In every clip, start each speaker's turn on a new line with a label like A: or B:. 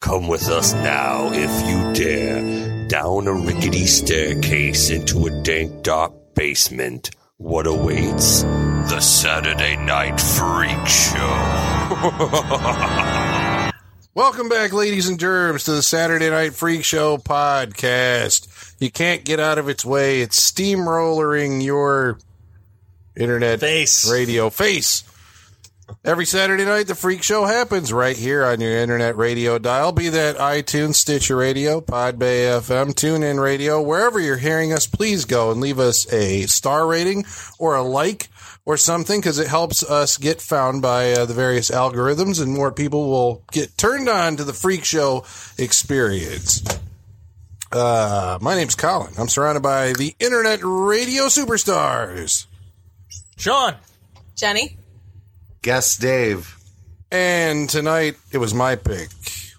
A: Come with us now, if you dare, down a rickety staircase into a dank, dark basement. What awaits? The Saturday Night Freak Show.
B: Welcome back, ladies and germs, to the Saturday Night Freak Show podcast. You can't get out of its way. It's steamrollering your internet
C: Face.
B: radio face. Every Saturday night, the Freak Show happens right here on your internet radio dial, be that iTunes, Stitcher Radio, Podbay FM, TuneIn Radio, wherever you're hearing us, please go and leave us a star rating or a like or something because it helps us get found by uh, the various algorithms and more people will get turned on to the Freak Show experience. Uh, my name's Colin. I'm surrounded by the internet radio superstars.
C: Sean.
D: Jenny.
E: Guess Dave.
B: And tonight it was my pick.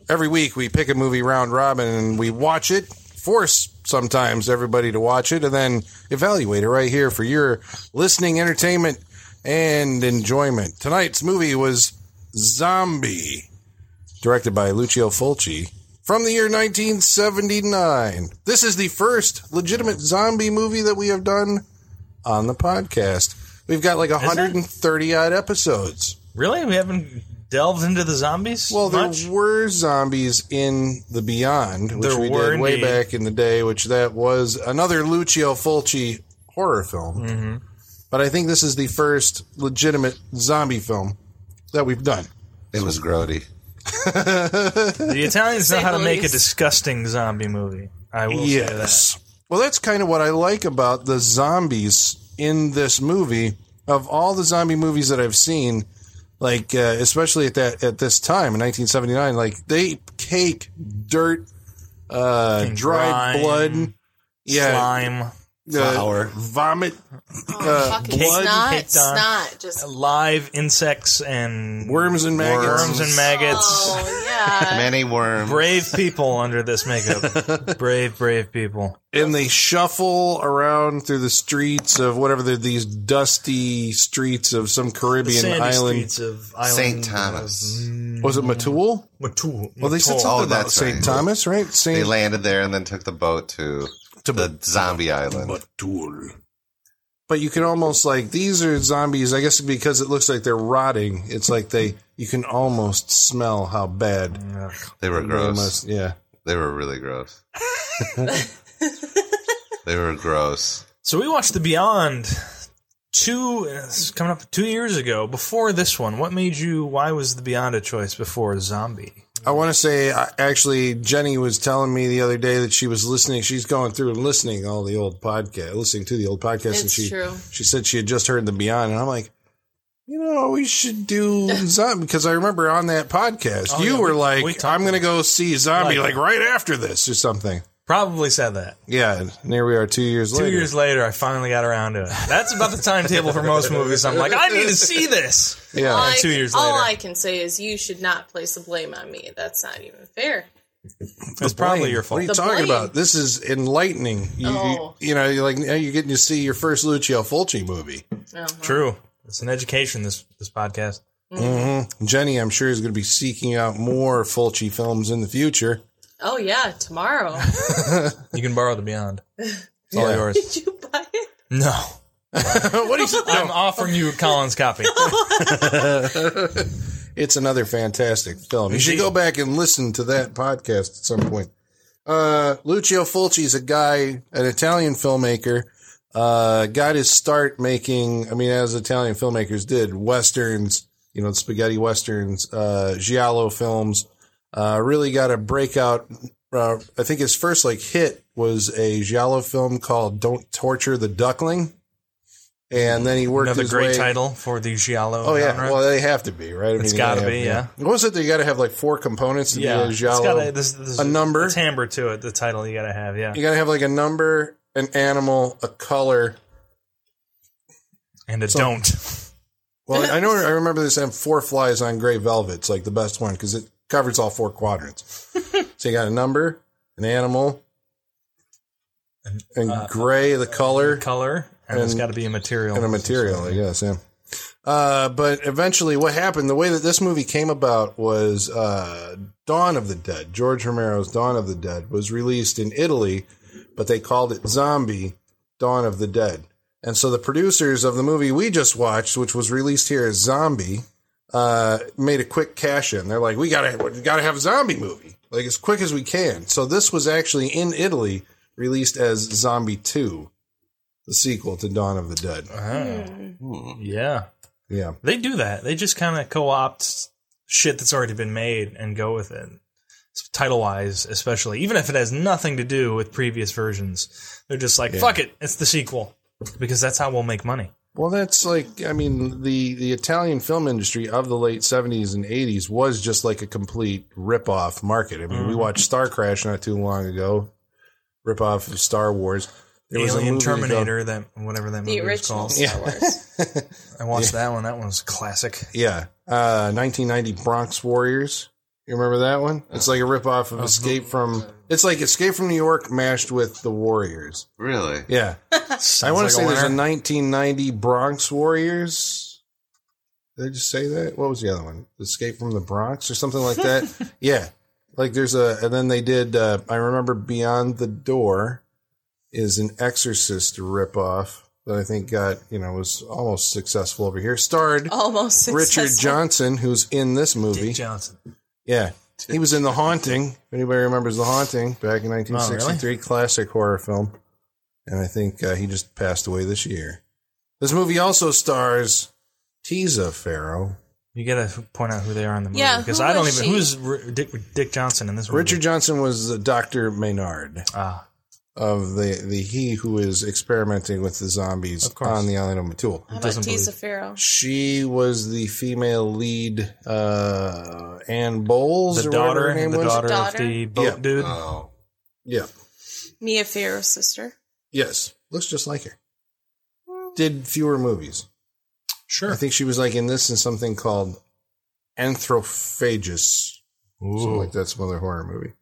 B: Every week we pick a movie round robin and we watch it, force sometimes everybody to watch it, and then evaluate it right here for your listening entertainment and enjoyment. Tonight's movie was Zombie, directed by Lucio Fulci. From the year 1979. This is the first legitimate zombie movie that we have done on the podcast. We've got like 130 odd episodes.
C: Really? We haven't delved into the zombies?
B: Well, there
C: much?
B: were zombies in the Beyond, which
C: There
B: we
C: were
B: did way
C: indeed.
B: back in the day, which that was another Lucio Fulci horror film.
C: Mm-hmm.
B: But I think this is the first legitimate zombie film that we've done.
E: It was Grody.
C: the Italians know
D: Say
C: how to
D: the
C: make a
D: least.
C: disgusting zombie movie. I will
B: Well, that's kind of what I like about the zombies in this movie. Of all the zombie movies that I've seen, like uh, especially at that at this time in 1979, like they cake dirt, uh,
C: And
B: dried
C: grime,
B: blood,
C: say that. Slime.
B: uh,
E: Flour.
B: vomit,
C: Uh,
D: Oh, fucking
C: blood
D: snot,
C: picked on.
D: snot, just
C: Live insects and
B: worms and maggots.
C: worms and maggots.
D: Oh yeah,
E: Many worms.
C: Brave people under this makeup. brave, brave people.
B: and they shuffle around through the streets of whatever the, these dusty streets of some
C: The
B: Caribbean
C: sandy
B: island.
C: streets Mm-hmm. of island
E: St. Thomas.
B: Was it Matul?
C: Matul.
B: Well, they said
C: Matul.
B: something
E: Oh,
B: about
E: that's
B: St.
E: right.
B: Thomas, right?
E: They
B: St.
E: landed there and then took the boat to,
B: To-
E: the zombie island.
B: Matul. But you can almost like these are zombies. I guess because it looks like they're rotting. It's like they you can almost smell how bad
E: they were
B: they
E: gross.
B: must- yeah.
E: They were really gross. they were gross.
C: So we watched The Beyond two it's coming up two years ago. Before this one, what made you? Why was The Beyond a choice before Zombie?
B: I want to say, I, actually, Jenny was telling me the other day that she was listening. She's going through and listening all the old podcast, listening to the old podcast, and
D: It's
B: she
D: true.
B: she said she had just heard the Beyond, and I'm like, you know, we should do zombie because I remember on that podcast
C: Oh,
B: you
C: yeah,
B: were
C: we-
B: like,
C: we talked
B: I'm going to go see zombie like,
C: Like-
B: right after this or something.
C: Probably said that.
B: Yeah, and here we are two years
C: Two
B: later.
C: years later, I finally got around to it. That's about the timetable for most movies. I'm like, I need to see this.
B: yeah,
D: All I
C: two
D: can-
C: years
D: all
C: later.
D: I can say is you should not place the blame on me. That's not even fair. Oh,
C: It's probably
B: What
C: your
B: are
C: fault.
B: you
D: The
B: talking
D: blame.
B: about? This is enlightening. You, you-
D: Oh.
B: you, know, you're like now you're getting to see your first Lucio Fulci movie.
D: Oh,
C: True. It's an education. This this podcast.
B: Mm-hmm. Jenny, I'm sure, is going to be seeking out more Fulci films in the future.
D: oh yeah, tomorrow.
C: You can borrow The Beyond. It's all
B: Yeah.
C: yours.
D: Did you buy it?
C: No.
B: what do you say?
C: I'm offering you Colin's copy.
B: It's another fantastic film. You should go back and listen to that podcast at some point. Uh, Lucio Fulci is a guy, an Italian filmmaker. Uh, got his start making, I mean, as Italian filmmakers did, westerns, you know, spaghetti westerns, uh, giallo films. Uh, really got a breakout. Uh, I think his first like hit was a giallo film called "Don't Torture the Duckling," and then he worked
C: Another
B: his
C: great
B: way-
C: title for the Giallo.
B: Oh yeah,
C: genre.
B: well they have to be right. I mean, they
C: gotta
B: have-
C: be, yeah.
B: What was it? They got to have like four components. To
C: yeah.
B: yeah,
C: It's
B: uh, giallo.
C: got a, this, this,
B: a number.
C: a timbre to it. The title you got to have. Yeah.
B: you got to have like a number, an animal, a color.
C: And a
B: So-
C: don't.
B: Well, I know I remember this. And four flies on gray velvet. It's like the best one because it covers all four quadrants. so you got a number, an animal, and gray the color
C: color, and, it's
B: And-
C: got to be a material.
B: and a material. I guess yeah. Uh, but eventually, what happened, the way that this movie came about was uh, Dawn of the Dead, George Romero's Dawn of the Dead, was released in Italy, but they called it Zombie Dawn of the Dead. And so the producers of the movie we just watched, which was released here as Zombie, uh, made a quick cash in. They're like, we gotta, we gotta have a zombie movie, like as quick as we can. So this was actually in Italy released as Zombie Two, the sequel to Dawn of the Dead.
C: Ah. Hmm. Yeah.
B: Yeah,
C: They do that. They just kind of co opt shit that's already been made and go with it. Title wise, especially, even if it has nothing to do with previous versions, they're just like, fuck it, it's the sequel. Because that's how we'll make money.
B: well, that's like, I mean, the the Italian film industry of the late seventies and eighties was just like a complete rip off market. I mean, we watched Star Crash not too long ago, rip off of Star Wars. There
C: Alien
B: movie called-
C: Terminator, that whatever that
D: The
C: movie was
D: original
C: called.
D: Star Wars.
C: I watched that one. That one was classic.
B: Yeah. Uh, 1990 Bronx Warriors. You remember that one? It's like a ripoff of Escape from. It's like Escape from New York mashed with the Warriors.
E: Really?
B: Yeah. I
C: Sounds
B: want
C: like
B: to say there's a
C: winner.
B: 1990 Bronx Warriors. Did I just say that? What was the other one? Escape from the Bronx or something like that? yeah. Like there's a, and then they did, uh, I remember Beyond the Door is an Exorcist ripoff that I think got, you know, was almost successful over here. Starred
C: Oh,
D: Almost successful.
B: Richard Johnson, who's in this movie.
C: Dick Johnson.
B: Yeah. He was in The Haunting. If anybody remembers The Haunting
C: Oh,
B: back in 1963, classic horror film. And I think uh, he just passed away this year. This movie also stars Tisa Farrow.
C: You gotta point out who they are in the movie
D: Yeah,
C: because
D: who
C: I don't
D: was
C: even
D: she?
C: who's R- Dick, Dick Johnson in this movie.
B: Richard Johnson was the Dr. Maynard
C: Ah,
B: of the, the he who is experimenting with the zombies
C: Of course.
B: on the island of Matul.
D: How about
C: doesn't believe.
D: Tisa Farrow?
B: She was the female lead, uh, Anne Bowles.
C: the
B: or whatever
C: daughter,
B: her name
C: the
B: was.
C: daughter,
D: Daughter?
C: of the boat
B: Yeah. Uh,
C: dude.
E: Oh.
B: Yeah.
D: Mia Farrow's sister.
B: Yes, looks just like her. Did fewer movies.
C: sure.
B: I think she was like in this and something called Anthrophagus. Something
C: Ooh.
B: like that, some other horror movie.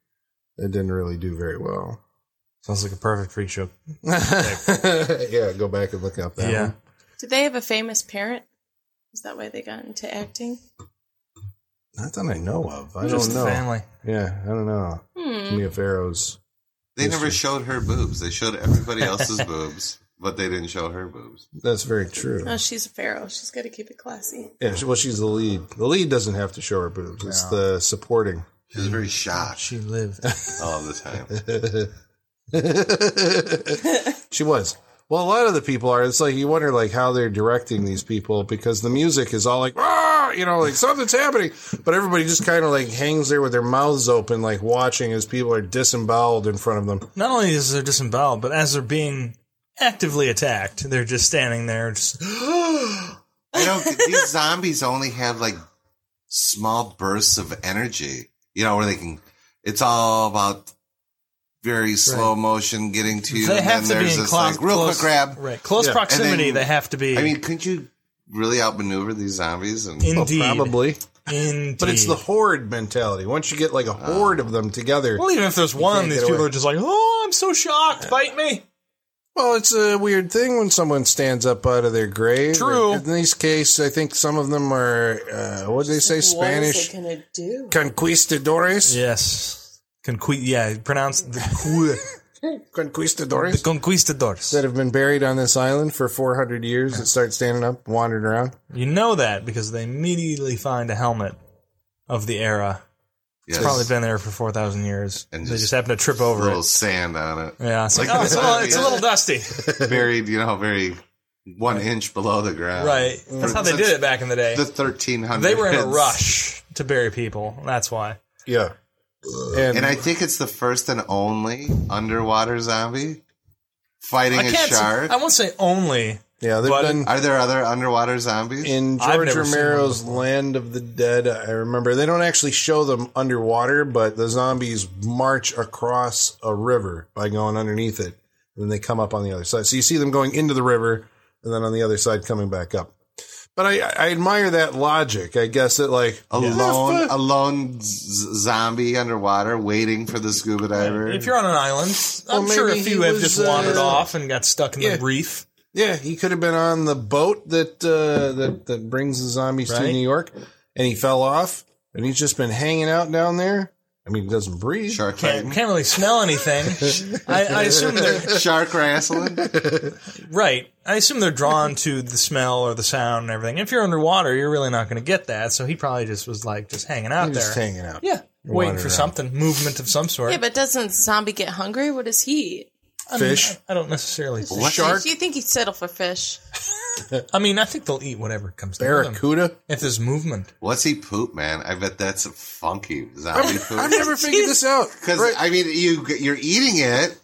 B: It didn't really do very well.
C: Sounds like a perfect freak show.
B: yeah, go back and look up that
C: yeah,
B: one.
D: Did they have a famous parent? Is that why they got into acting?
B: Not that I know of. I
C: just
B: don't
C: the
B: know.
C: family.
B: Yeah, I don't know.
D: Hmm.
B: Mia Farrow's.
E: They never showed her boobs. They showed everybody else's boobs, but they didn't show her boobs.
B: That's very true.
D: Oh, she's a pharaoh. She's got to keep it classy.
B: Yeah, she- well, she's the lead. The lead doesn't have to show her boobs. It's the supporting.
E: She was very shocked
C: She lived.
E: all the time.
B: she was. Well, a lot of the people are. It's like you wonder, like how they're directing these people because the music is all like, ah, you know, like something's happening, but everybody just kind of like hangs there with their mouths open, like watching as people are disemboweled in front of them.
C: Not only is they're disemboweled, but as they're being actively attacked, they're just standing there. Just
E: I don't. These zombies only have like small bursts of energy. You know, where they can. It's all about very slow motion getting to you.
C: they
E: and
C: have
E: then
C: to be
E: there's
C: in
E: this
C: close,
E: like real
C: close
E: quick grab.
C: Right, close
B: Yeah.
C: proximity.
E: And then-
C: they have to be.
E: I mean, couldn't you really outmaneuver these zombies? And
C: indeed,
B: Probably,
C: indeed.
B: but it's the horde mentality. Once you get like a horde of them together,
C: Well, even if there's one,
B: can't
C: these
B: get
C: people
B: away.
C: are just like, "Oh, I'm so shocked! Bite me!"
B: Well, it's a weird thing when someone stands up out of their grave.
C: True.
B: In this case, I think some of them are, uh, what do they say, Spanish
D: What is it gonna do?
B: conquistadores?
C: Yes, conqui. Yeah, pronounce the
B: Conquistadores?
C: conquistadors.
B: that have been buried on this island for 400 years that start standing up, wandering around.
C: You know that because they immediately find a helmet of the era.
E: yes,
C: It's probably been there for 4,000 years.
E: And
C: they
E: just
C: just happen to trip
E: a
C: over
E: little
C: it.
E: sand on it,
C: Yeah, it's like,
E: Like
C: oh, it's a, little,
E: the
C: it's a little dusty.
E: buried. You know, very one inch below the ground.
C: right. That's how they did it back in the day.
E: The thirteen hundred.
C: They were in a rush to bury people. That's why.
B: Yeah. And,
E: And I think it's the first and only underwater zombie fighting
C: I
E: a
C: can't.
E: shark.
C: I won't say only.
B: yeah, they've
C: but-
B: done
E: Are there other underwater zombies?
B: in
C: I've
B: George
C: never seen one
B: Romero's Land of the Dead. I remember they don't actually show them underwater, but the zombies march across a river by going underneath it, and then they come up on the other side. So you see them going into the river, and then on the other side coming back up. But I, I admire that logic. I guess that like
E: a lone, a lone z- zombie underwater waiting for the scuba diver.
C: If you're on an island, I'm sure a
B: maybe
C: few
B: he
C: have
B: was,
C: just wandered
B: uh,
C: off and got stuck in
B: yeah.
C: the reef.
B: Yeah, he could have been on the boat that uh, that that brings the zombies to
C: Right.
B: New York, and he fell off, and he's just been hanging out down there. I mean, he doesn't breathe.
E: Shark
C: Can't,
E: fighting.
C: can't really smell anything. I, I assume they're
E: Shark wrestling.
C: right. I assume they're drawn to the smell or the sound and everything. If you're underwater, you're really not going to get that. So he probably just was like just hanging out
B: He's
C: there,
B: just hanging out.
C: yeah, waiting for
B: around.
C: something, movement of some sort.
D: Yeah, but doesn't zombie get hungry? What does he eat?
C: I mean,
B: Fish.
C: I, I don't necessarily.
E: What?
B: Shark,
D: Do you think he'd settle for fish?
C: I mean, I think they'll eat whatever comes down. them.
B: barracuda.
C: If there's movement,
E: What's he poop, man? I bet that's a funky zombie
B: I've
E: poop.
B: never figured this out.
E: Because I mean, you you're eating it,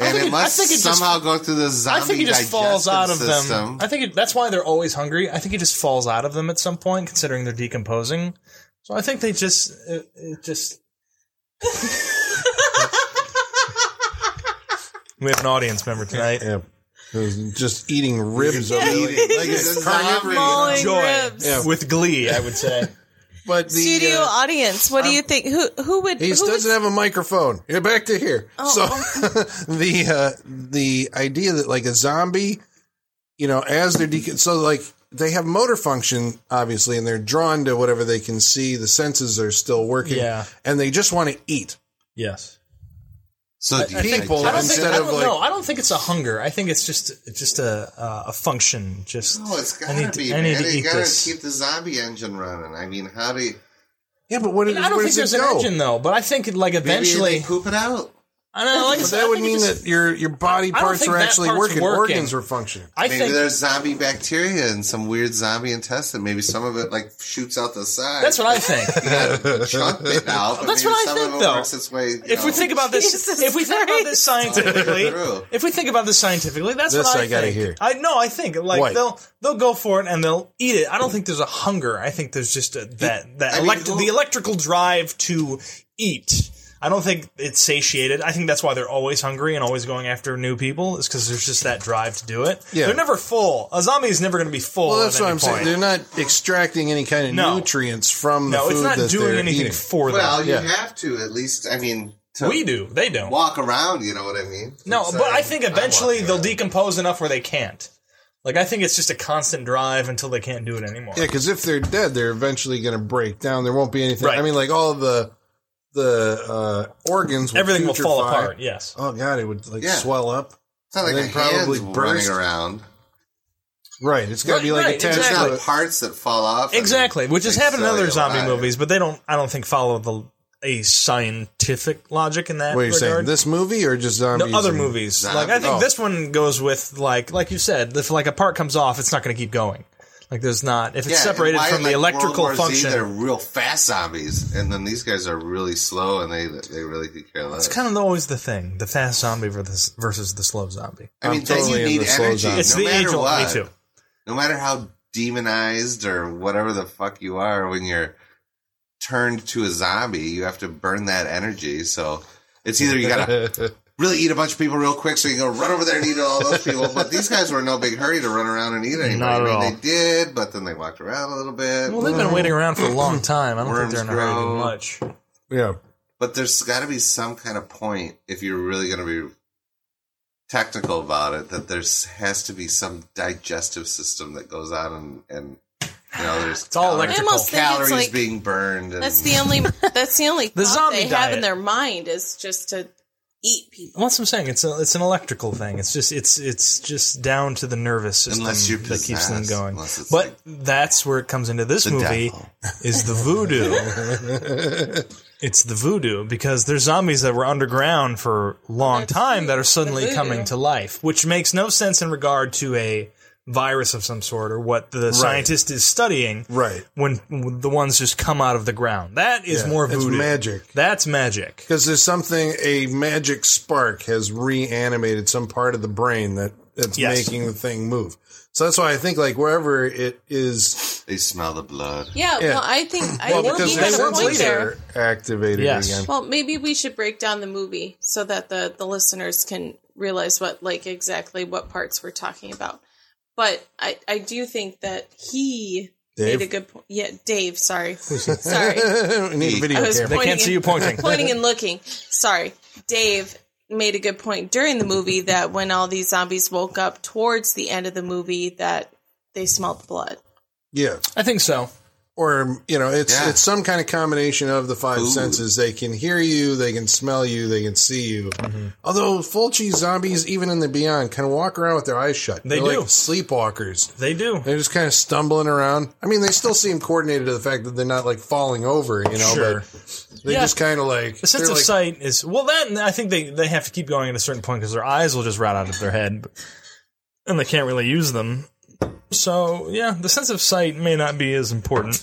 E: and
C: think
E: it
C: it-
E: must
C: I think it just-
E: somehow go through the
C: I
E: zombie
C: think he just falls
E: digestive
C: out of
E: system.
C: them. I think it, that's why they're always hungry. I think he just falls out of them at some point, considering they're decomposing. So I think they just it, it just. we have an audience member tonight.
B: Yeah, just eating ribs of
E: Eating
B: it.
E: like it's a
B: carnivorous.
E: zombie.
D: Mauling
C: Joy.
D: ribs.
B: Yeah.
C: With glee, I would say.
B: But the,
D: Studio
B: uh,
D: audience, what do you think? Who who would?
B: He
D: who would-
B: doesn't have a microphone. You're back to here.
C: Oh,
B: so the uh, the idea that like a zombie, you know, as they're de- so like they have motor function obviously, and they're drawn to whatever they can see. The senses are still working,
C: Yeah.
B: and they just want to eat.
C: Yes.
E: So do you
B: think-
C: I
E: digest
C: don't think.
B: Instead
C: I
B: of,
C: don't
B: like-
C: know. I don't think it's a hunger. I think it's just it's just a uh, a function. Just
E: No, oh, it's gotta
C: I need, to-
E: be.
C: I need
E: man.
C: to
E: you
C: eat
E: gotta
C: this.
E: keep the zombie engine running. I mean, how do you,
B: Yeah, but what?
C: And I don't
B: where
C: think
B: does
C: there's
B: it
C: an
B: go?
C: engine though, but I think like
E: maybe
C: eventually.
E: they poop it out?
C: I don't know. Like I
B: But
C: said, I
B: that would
C: think it
B: mean
C: just-
B: that your your body
C: I don't
B: parts
C: think
B: are
C: that
B: actually
C: part's
B: working.
C: working.
B: Organs are functioning.
C: I
E: Maybe
C: think
E: there's zombie bacteria in some weird zombie intestine. Maybe some of it like shoots out the side.
C: that's what I think.
E: I chunk it out. but
C: That's
E: maybe
C: what I
E: some
C: think,
E: of it
C: though.
E: Works its way, you
C: If we
E: know,
C: think about this,
D: Jesus
C: if we think about this scientifically,
E: True.
C: if we think about this scientifically, that's
B: This
C: what I,
B: I gotta
C: think.
B: hear.
C: I no, I think like
B: What?
C: they'll they'll go for it and they'll eat it. I don't think there's a hunger. I think there's just a, that that
E: I mean,
C: elect-
E: who-
C: the electrical drive to eat. I don't think it's satiated. I think that's why they're always hungry and always going after new people is because there's just that drive to do it.
B: Yeah.
C: They're never full. A zombie is never going to be full.
B: Well, that's
C: at
B: what
C: any
B: I'm
C: point.
B: saying. They're not extracting any kind of
C: No.
B: nutrients from the
C: no,
B: food
C: it's not
B: that
C: doing
B: they're
C: anything
B: eating.
C: for them.
E: Well, you
B: Yeah.
E: have to at least. I mean, to
C: we do. They don't.
E: walk around. You know what I mean?
C: No,
E: It's,
C: but
E: uh,
C: I think eventually
E: walking
C: they'll
E: around.
C: decompose enough where they can't. Like I think it's just a constant drive until they can't do it anymore.
B: Yeah, because if they're dead, they're eventually going to break down. There won't be anything.
C: Right.
B: I mean, like all the the uh, organs, will
C: Everything will fall
B: putrefy.
C: apart. Yes.
B: Oh god, it would like
E: Yeah.
B: swell up.
E: It's not like
B: They
E: a
B: probably
E: hand's
B: burst.
E: running around.
B: Right, it's got to be
C: Right,
B: like
C: right,
B: attached.
E: There's
C: Exactly.
E: not parts that fall off. and
C: Exactly, which has
E: like
C: happened in other
E: cellular
C: zombie
E: eye.
C: movies, but they don't. I don't think follow the a scientific logic in that
B: To, what are you saying?
C: regard.
B: This movie or just
C: no,
B: zombies?
C: other
B: and-
C: movies.
E: Zombies.
C: Like I think
B: Oh.
C: this one goes with like like you said, if like a part comes off, it's not going to keep going. Like there's not if it's
E: Yeah, and
C: separated
E: why,
C: from
E: like,
C: the
E: World
C: electrical
E: War Z,
C: function.
E: they're real fast zombies, and then these guys are really slow, and they they really could care less.
C: it's kind of always the thing: the fast zombie versus versus the slow zombie.
E: I mean,
B: I'm
E: then
B: totally
E: you need
B: into slow
E: energy.
B: zombie.
C: It's
E: no
C: the
E: matter
C: age old.
E: what,
C: Me too.
E: No matter how demonized or whatever the fuck you are, when you're turned to a zombie, you have to burn that energy. So it's either you gotta really eat a bunch of people real quick, so you can go run over there and eat all those people. But these guys were in no big hurry to run around and eat anybody.
C: Not
E: I
C: at
E: mean,
C: all.
E: they did, but then they walked around a little bit.
C: Well, they've been waiting around for a long time. I don't
E: Worms
C: think they're in a hurry to do
E: grow.
C: much.
B: Yeah,
E: But there's got to be some kind of point if you're really going to be technical about it that there's has to be some digestive system that goes on and, and you know there's
C: It's all
E: calories,
D: I almost think it's
E: calories
D: like
E: being burned. And,
D: that's the only that's the only
C: The
D: thought
C: zombie
D: they have
C: diet.
D: in their mind is just to eat people.
C: What's I'm saying? It's a, it's an electrical thing. It's just it's it's just down to the nervous system
E: Unless you're
C: that keeps them
E: possessed,
C: going.
E: unless it's
C: But
E: like
C: that's where it comes into this
E: the
C: movie
E: devil.
C: is the voodoo. it's the voodoo because there's zombies that were underground for a long time that are suddenly
D: voodoo.
C: coming to life, which makes no sense in regard to a virus of some sort or what the scientist is studying.
B: right.
C: When the ones just come out of the ground, that is
B: Yeah,
C: more
B: it's
C: voodoo.
B: magic.
C: That's magic.
B: Because there's something a magic spark has reanimated some part of the brain that that's
C: Yes.
B: making the thing move. So that's why I think like wherever it is
E: they smell the blood.
D: Yeah,
B: Yeah.
D: well, I think I
B: Well,
D: think
B: because
D: you
B: the
D: got a
B: senses
D: point there.
B: are activated
C: Yes.
B: again.
D: Well, maybe we should break down the movie so that the the listeners can realize what like exactly what parts we're talking about. But I I do think that he
B: Dave?
D: made a good point. Yeah, Dave. Sorry, sorry.
B: We need a video
D: I was
B: camera.
C: They can't
D: Pointing
C: see you
D: at-
C: pointing.
D: pointing and looking. Sorry, Dave made a good point during the movie that when all these zombies woke up towards the end of the movie that they smelled blood.
B: Yeah.
C: I think so.
B: Or you know, it's
E: Yeah.
B: it's some kind of combination of the five
E: Ooh.
B: senses. They can hear you, they can smell you, they can see you.
E: Mm-hmm.
B: Although Fulci zombies, even in the Beyond, kind of walk around with their eyes shut.
C: They
B: They're
C: do.
B: like sleepwalkers.
C: They do.
B: They're just kind of stumbling around. I mean, they still seem coordinated to the fact that they're not like falling over, you know.
C: sure.
B: But they
C: Yeah.
B: just kind of like
C: The sense
B: they're
C: of
B: like-
C: sight is well. That and I think they they have to keep going at a certain point because their eyes will just rot out of their head, and they can't really use them. So yeah, the sense of sight may not be as important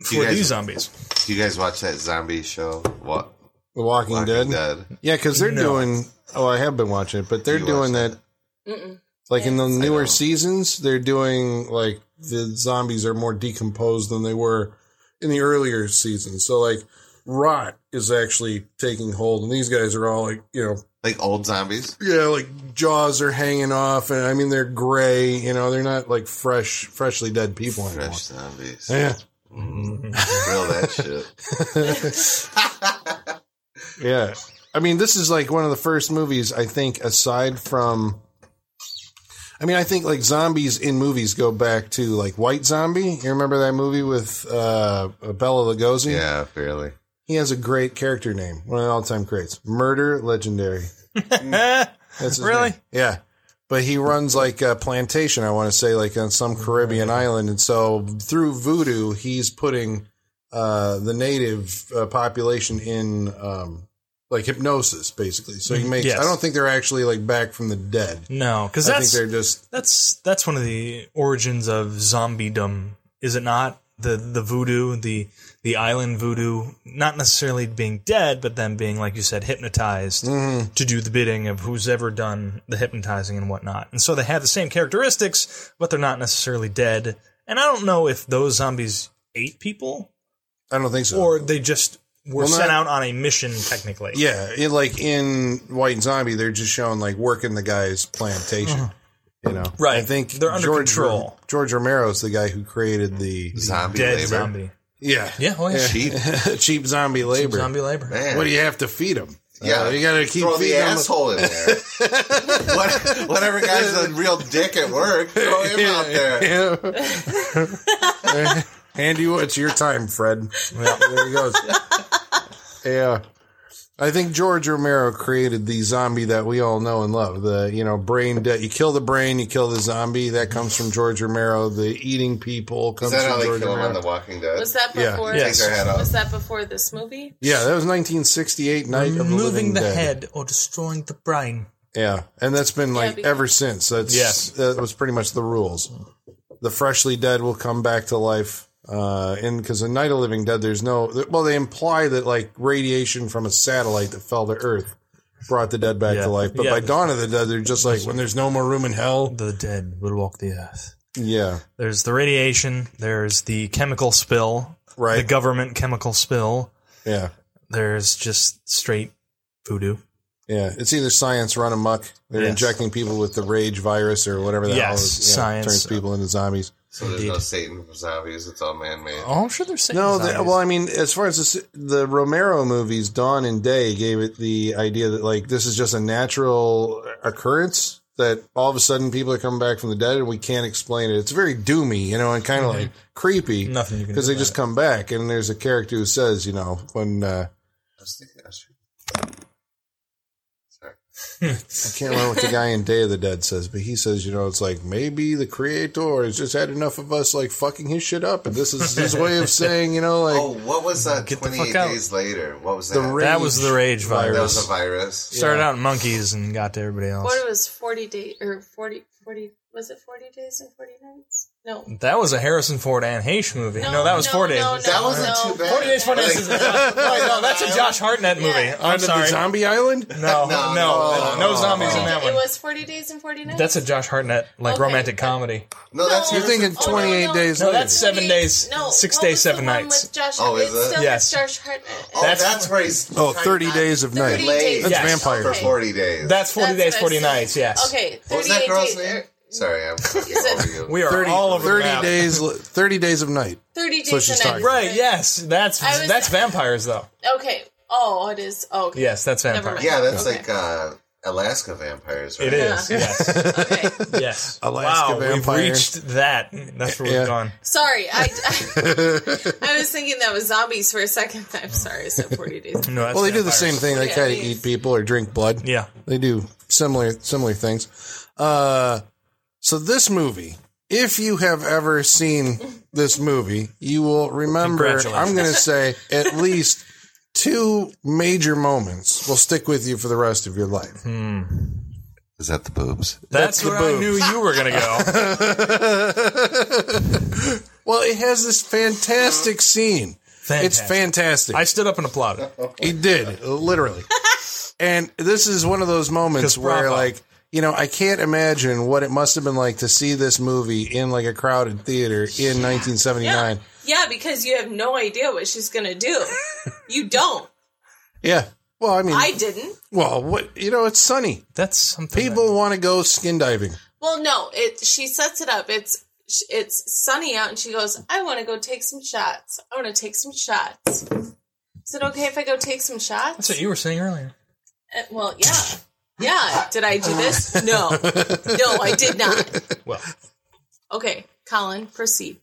E: You
C: for
E: guys-
C: these zombies.
E: Do you guys watch that zombie show? What?
B: The Walking, Dead.
E: Walking Dead.
B: Yeah, because they're
C: No.
B: doing. Oh, I have been watching it, but they're
E: You
B: doing
E: watched
B: that.
D: Mm-mm.
B: Like in the newer
E: don't.
B: seasons, they're doing like the zombies are more decomposed than they were in the earlier seasons. So like rot is actually taking hold, and these guys are all like you know
E: Like old zombies?
B: yeah like jaws are hanging off, and I mean they're gray. You know they're not like fresh, freshly dead people anymore.
E: Fresh zombies.
B: Yeah,
E: Real that shit.
B: yeah. I mean, this is like one of the first movies I think, aside from. I mean, I think like zombies in movies go back to like White Zombie. You remember that movie with uh, Bella Lugosi?
E: Yeah, fairly.
B: He has a great character name, one of the all-time greats. Murder Legendary.
C: Eh,
B: That's his
C: Really?
B: name. Yeah. But he runs like a plantation, I want to say, like on some Caribbean island. And so through voodoo, he's putting uh, the native uh, population in um, like hypnosis, basically. So he makes,
C: Mm-hmm. Yes.
B: I don't think they're actually like back from the dead.
C: no, because
B: I think
C: that's
B: they're just,
C: that's that's one of the origins of zombiedom, is it not? The the voodoo, the the island voodoo, not necessarily being dead, but them being like you said, hypnotized
B: Mm-hmm.
C: to do the bidding of who's ever done the hypnotizing and whatnot. And so they have the same characteristics, but they're not necessarily dead. And I don't know if those zombies ate people
B: I don't think so.
C: or they just were
B: Well, not-
C: sent out on a mission technically.
B: yeah. It, like in White and Zombie, they're just showing like working the guy's plantation. You know,
C: Mm-hmm. Right.
B: I think
C: They're under
B: George,
C: control.
B: George Romero's the guy who created the
E: Zombie
C: Dead
E: labor.
C: zombie.
B: yeah,
C: Yeah, oh yeah.
E: Cheap.
B: cheap zombie labor.
C: Zombie labor.
E: Man.
B: What do you have to feed them?
E: Yeah,
B: you got to keep
E: throw the
B: feeding 'em.
E: asshole in there. what, whatever guy's a real dick at work, throw him out there.
B: Yeah. Andy, it's your time, Fred. there he goes. Yeah. I think George Romero created the zombie that we all know and love. The you know brain dead. You kill the brain, you kill the zombie. That comes from George Romero. The eating people
E: Is
B: comes
E: that
B: from
E: how they
B: George
E: kill him
B: Romero.
E: on The Walking Dead?
D: Was that
B: Yeah.
D: before?
E: Take their head
D: Was
E: off.
D: that before this movie?
B: yeah, that was 1968, Night of the Living
C: Moving the
B: Dead.
C: head or destroying the brain.
B: Yeah, and that's been like
D: because-
B: ever since. That's
C: Yes.
B: that was pretty much the rules. The freshly dead will come back to life. Uh, and because in Night of Living Dead, there's no well, they imply that like radiation from a satellite that fell to Earth brought the dead back
C: Yeah.
B: to life. But
C: Yeah,
B: by
C: but-
B: Dawn of the Dead, they're just like when there's no more room in hell.
C: The dead will walk the earth.
B: Yeah,
C: There's the radiation, there's the chemical spill, the
B: right.
C: government chemical spill,
B: yeah,
C: there's just straight voodoo.
B: yeah. It's either science run amok. They're
C: Yes.
B: injecting people with the rage virus or whatever the hell
C: Yes,
B: is, yeah,
C: science.
B: turns people into zombies.
E: so there's no
C: Indeed.
E: Satan for zombies. It's all man-made.
C: Oh, I'm sure there's Satan
B: No, the,
C: zombies.
B: well, I mean, as far as this, the Romero movies, Dawn and Day gave it the idea that like this is just a natural occurrence that all of a sudden people are coming back from the dead and we can't explain it. It's very doomy, you know, and kind of like
C: Mm-hmm.
B: creepy
C: nothing you can do
B: because they
C: about
B: just
C: it.
B: come back and there's a character who says, you know, when uh,
E: I was thinking I should-
B: I can't remember what the guy in Day of the Dead says, but he says, you know, it's like maybe the creator has just had enough of us like fucking his shit up, and this is his way of saying, you know, like
E: Oh, what was that?
C: Get the fuck
E: 28
C: out.
E: days later. What was that?
B: The ra-
C: that was the rage
B: That
C: virus.
E: that was a virus.
C: Started out in monkeys and got to everybody else.
D: What it was forty days or 40, 40 Was it forty days and forty nights? No.
C: that was a Harrison Ford and Haish movie. No, that was
D: no,
C: four days.
D: No,
E: That
D: no,
E: wasn't
D: no.
E: too bad.
C: Forty days, forty
E: Like-
C: days. Is a Josh, wait, no, that's a Josh Hartnett movie.
D: Yeah.
C: I'm
B: under the
C: sorry.
B: zombie island.
C: No,
E: No,
C: no, no,
E: no,
C: no,
E: no,
C: zombies
E: no.
C: in that
D: It
C: one.
D: was forty days and forty nights.
C: That's a Josh Hartnett like
D: Okay.
C: romantic comedy.
E: No, that's
B: You're thinking
D: Oh, no,
B: 28
D: no.
B: days
C: No,
B: later.
C: that's seven days,
D: No,
C: six
D: what
C: days,
D: was
C: seven
D: the one
C: nights.
D: With Josh
E: Oh, is
D: it's
E: it?
D: still
C: Yes.
D: with Josh Hartnett.
E: Oh, that's,
C: That's-
E: where he's
B: Oh,
E: trying
B: 30
E: not-
B: days of night.
D: 30
E: Late.
D: days.
B: That's
C: Yes.
B: vampires.
E: for 40 days.
C: That's forty
D: That's
C: days,
D: what I
C: forty
D: said.
C: nights. Yes.
D: Okay,
E: what was that
D: 38
E: girl's
D: days-
E: name? Sorry, I'm fucking
D: it-
E: over you.
C: We are all over
B: 30
C: the map.
B: days 30 days of night
D: Thirty days.
B: So she's
D: and
B: talking.
D: I-
C: Right? Yes. That's
D: I was-
C: that's vampires though.
D: Okay. Oh, it is. Oh, okay.
C: Yes, that's
D: Never
C: vampire.
D: mind.
E: Yeah, that's
D: Okay.
E: like uh, Alaska vampires, right?
C: It is.
D: Yeah.
C: Yes.
D: Okay.
C: Yes.
B: Alaska
C: wow,
B: vampire.
C: we've reached that. That's where
B: Yeah.
C: we've gone.
D: Sorry, I, I, I was thinking that was zombies for a second. I'm sorry, I said 40 days.
C: No, that's
B: well, they do the
C: vampires.
B: same thing. They
D: Yeah,
B: try to
D: it is.
B: eat people or drink blood.
C: Yeah.
B: They do similar similar things. Uh, so this movie, if you have ever seen this movie, you will remember.
C: Congratulations.
B: I'm going to say at least two major moments will stick with you for the rest of your life.
E: Is that the boobs?
C: That's,
B: the
C: where I
B: boobs.
C: knew you were going to go.
B: Well, it has this fantastic scene. It's
C: Fantastic.
B: fantastic.
C: I stood up and applauded.
B: He did, literally. and this is one of those moments
C: Just
B: where,
C: bravo.
B: like, you know, I can't imagine what it must have been like to see this movie in like a crowded theater in 1979.
D: Yeah, because you have no idea what she's going to do. You don't.
B: Yeah. Well, I mean,
D: I didn't.
B: well, what you know, it's sunny.
C: That's something. that-
B: People want to go skin diving.
D: Well, no, it she sets it up. It's it's sunny out and she goes, "I want to go take some shots. I want to take some shots." Is it okay if I go take some
C: that's
D: shots?
C: what you were saying earlier.
D: Uh, well, yeah. Yeah, did I do this? No. No, I did not.
C: Well,
D: Okay, Colin, proceed.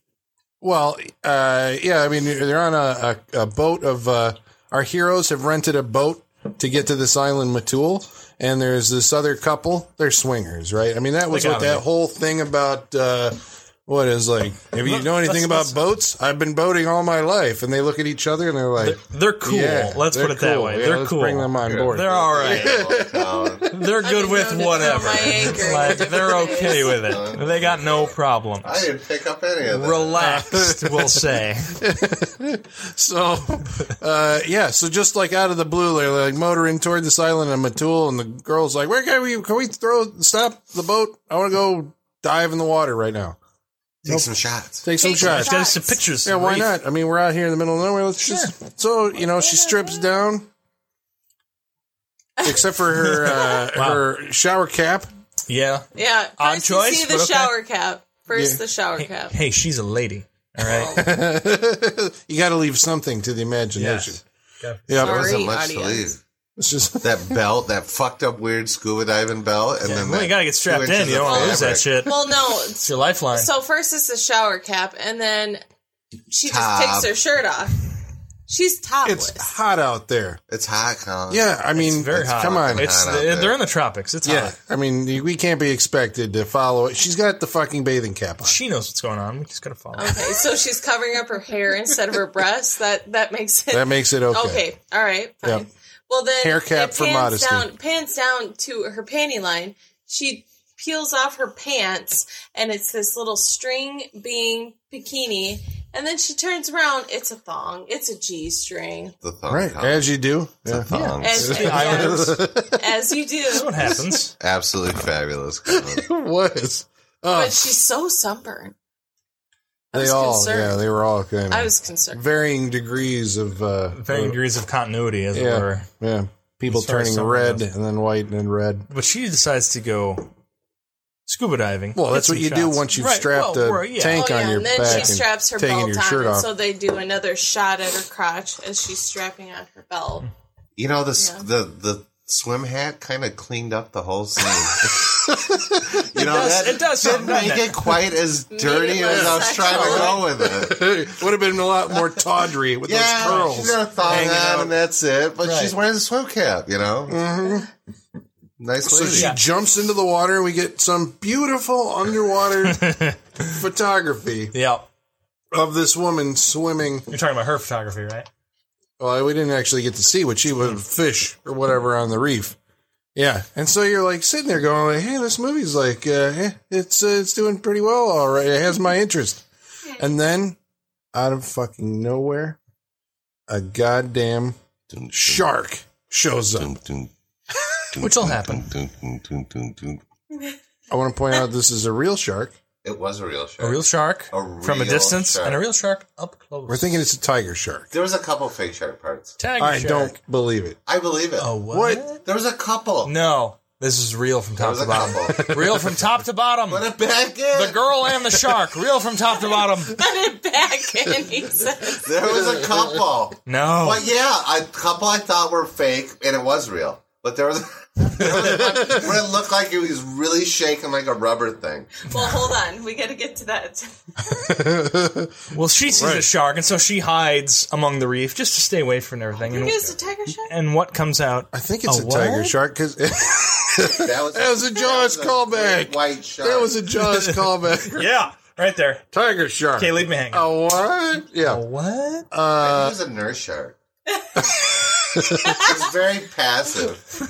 B: Well, uh, yeah, I mean, they're on a, a, a boat of uh, our heroes have rented a boat to get to this island Matul, and there's this other couple. They're swingers, right? I mean, that was
C: They got
B: what
C: it.
B: that whole thing about. Uh, what is like? If you know anything about boats, I've been boating all my life, and they look at each other and they're like,
C: they're cool.
B: "Yeah,
C: let's
B: they're
C: put it that
B: cool.
C: way.
B: Yeah,
C: they're
B: let's
C: cool.
B: Bring them on board.
C: They're all right.
E: Yeah.
C: They're good
D: been
C: with
D: known to throw
C: whatever.
D: my anchor in
C: Like,
D: different
C: they're
D: ways.
C: okay with it. They got no problem.
E: I didn't pick up any of that.
C: Relaxed, we'll say.
B: So, uh, yeah. So just like out of the blue, they're like motoring toward this island of Matul, and the girl's like, "Where can we? Can we throw stop the boat? I want to go dive in the water right now.
E: Take some shots.
B: Take some
D: Take some
B: shots.
C: Let's get us some pictures.
B: Yeah, why
C: Reef.
B: not? I mean, we're out here in the middle of nowhere. Let's just so you know, she strips down, except for her uh,
C: Wow.
B: her shower cap.
C: Yeah.
D: Yeah,
C: Odd
D: first
C: choice,
D: you see
C: but
D: the
C: okay.
D: shower cap. First
B: Yeah.
D: the shower cap.
C: Hey, she's a lady. All right.
B: you got to leave something to the imagination.
C: Yes.
B: Yeah,
E: There
D: Sorry.
E: wasn't much to
D: audience.
E: leave.
B: it's just
E: That belt, that fucked up weird scuba diving belt, and then
C: Well,
E: that
C: you gotta get
E: two
C: strapped
E: inches
C: in. You
E: of
C: don't want to lose that
E: fabric.
C: shit.
D: Well, no.
C: It's your lifeline.
D: So first it's the shower cap, and then she just
E: Top.
D: takes her shirt off. She's topless.
B: it's hot out there.
E: It's hot, Colin.
B: Yeah, I mean,
C: very hot.
B: come on,
C: It's
E: Hot out there.
C: they're in the tropics. It's
B: Yeah,
C: hot.
B: Uh, I mean, we can't be expected to follow it. She's got the fucking bathing cap on.
C: She knows what's going on. We just gotta follow.
D: okay, so she's covering up her hair instead of her breasts. That that makes it
B: That makes it okay.
D: okay. All right, fine.
B: Yep.
D: Well then,
B: Hair cap
D: it
B: for
D: pans
B: modesty.
D: Down, pans down to her panty line. She peels off her pants, and it's this little string being bikini. And then she turns around. It's a thong. It's a g string,
E: The thong,
B: Right,
E: Colin.
B: as you do. Yeah.
E: The thongs.
D: as,
C: The islands. That's
D: as you do.
C: what happens.
E: Absolutely fabulous. Colin.
B: was.
D: But she's so sunburned. I
B: Oh. They
D: was
B: all,
D: concerned.
B: yeah, they were all kind of
D: I was concerned.
B: varying degrees of uh,
C: Varying degrees of continuity, as it
B: yeah,
C: were.
B: yeah. People
C: As far as
B: turning
C: someone
B: red
C: goes.
B: and then white and then red.
C: But she decides to go scuba diving.
B: Well, that's
C: Get
B: what
C: some
B: you do
C: shots.
B: once you've
C: Right,
B: strapped
C: well,
B: a
C: we're- yeah.
B: tank on your
D: Oh, and then
B: back
D: she
B: and
D: straps her
B: taking
D: belt
B: your
D: on,
B: shirt
D: and
B: off.
D: so they do another shot at her crotch as she's strapping on her belt.
E: You know the
D: Yeah.
E: the the swim hat kind of cleaned up the whole scene. you know
C: does-
E: that
C: it does
E: didn't
C: something, doesn't
E: make
C: it?
E: it quite as dirty
D: less
E: as I was trying to go with it.
B: Would have been a lot more tawdry with
E: Yeah,
B: those
E: she's got a
B: curls.
E: thong
B: hanging
E: on
B: out.
E: and that's it. But
C: Right.
E: she's wearing the swim cap. You know, mm-hmm. nice
B: So
E: lady.
B: she jumps into the water, and we get some beautiful underwater photography
C: Yeah.
B: of this woman swimming.
C: You're talking about her photography, right?
B: Well, we didn't actually get to see what she was fish or whatever on the reef. Yeah, and so you're like sitting there going, like, "Hey, this movie's like, uh, eh, it's uh, it's doing pretty well, all right. It has my interest." And then, out of fucking nowhere, a goddamn
E: Dun,
B: shark shows up.
E: dun, dun, dun,
C: Which'll
E: dun,
C: happen.
E: dun, dun, dun, dun, dun.
B: I want to point out this is a real shark.
E: It was a real show.
C: A real shark
E: A
C: from a
E: real
C: distance
E: shark.
C: and a real shark up close.
B: We're thinking it's a tiger shark.
E: there was a couple fake shark parts.
C: Tiger
B: I
C: shark.
B: don't believe it.
E: I believe it.
C: Oh,
B: What?
C: what?
E: There was a couple.
C: No. This is real from top
E: was
C: to
E: a
C: bottom. real from top to bottom.
E: Put it back
C: The
E: in.
C: girl and the shark. Real from top to bottom.
D: Put it back in, he says.
E: there was a couple.
C: No.
E: But yeah, a couple I thought were fake, and it was real. But there was where it looked like it was really shaking like a rubber thing.
D: Well, hold on. We got to get to that.
C: Well, she sees a shark, and so she hides among the reef just to stay away from everything.
D: You
C: And,
D: guys a tiger shark?
C: and what comes out?
B: I think it's
C: A
B: a, tiger
C: what?
B: shark because that
E: That was,
B: was a Jaws callback.
E: White shark.
B: was a Jaws callback.
C: Yeah, right there.
B: Tiger shark.
C: Okay, leave me hanging.
B: A what? Yeah.
C: Oh. What? Uh,
E: He was a nurse shark. it was very passive.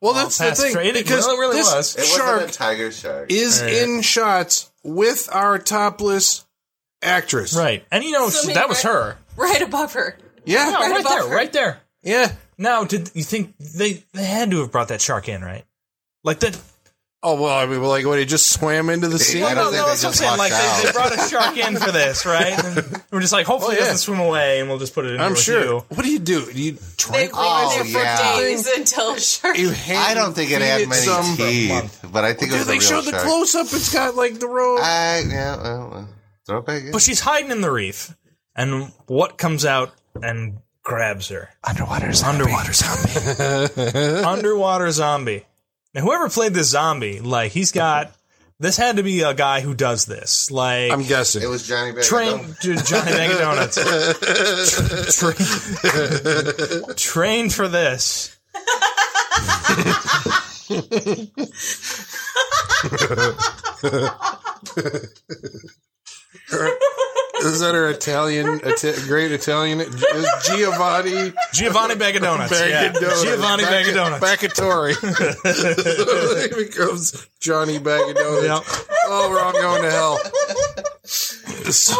B: Well, that's the
C: Fast
B: thing
C: trading.
B: because
C: Well, it really
B: this
C: was.
E: It
B: shark
E: wasn't a tiger shark.
B: is in shots with our topless actress.
C: Right. And you know,
D: So
C: she-
D: many
C: that was
D: red-
C: her.
D: Right above her.
B: Yeah.
C: No, right
D: above
C: there,
D: her.
C: right there.
B: Yeah.
C: Now, did you think they, they had to have brought that shark in, right? Like that.
B: Oh well, I mean, like what? He just swam into the sea.
E: I don't think they
C: that's what I'm
E: just
C: saying.
E: lucked
C: Like they, they
E: out.
C: brought a shark in for this, right? And we're just like, hopefully
B: Oh, yeah.
C: it doesn't swim away, and we'll just put it in.
B: I'm
C: with
B: sure.
C: You.
B: What do you do? Do you
D: They were
B: tranquilize?
E: Oh,
D: there for
E: yeah.
D: days until shark.
B: You hand
E: I don't think it had
B: feed
E: many
B: some-
E: teeth, but I think
B: Dude,
E: it was a
B: they
E: real
B: showed the
E: shark.
B: close up. It's got like the rope.
E: I, yeah, well, uh, throw it back in.
C: But she's hiding in the reef, and what comes out and grabs her?
E: underwater
C: Underwater zombie. Underwater zombie. Now, whoever played this zombie, like he's got. This had to be a guy who does this, like
B: I'm guessing.
E: It was Johnny Bag.
C: trained to Johnny Bag of Donuts. Tra- tra- trained for this.
B: Is that her Italian, Ita- great Italian? Is Giovanni
C: Giovanni Bag of Donuts. yeah.
B: Bagadonis.
C: Giovanni Bag of Donuts.
B: Bagatori. he becomes Johnny Bagadonis.
C: Yep.
B: Oh, we're all going to hell.
C: Oh,
B: So,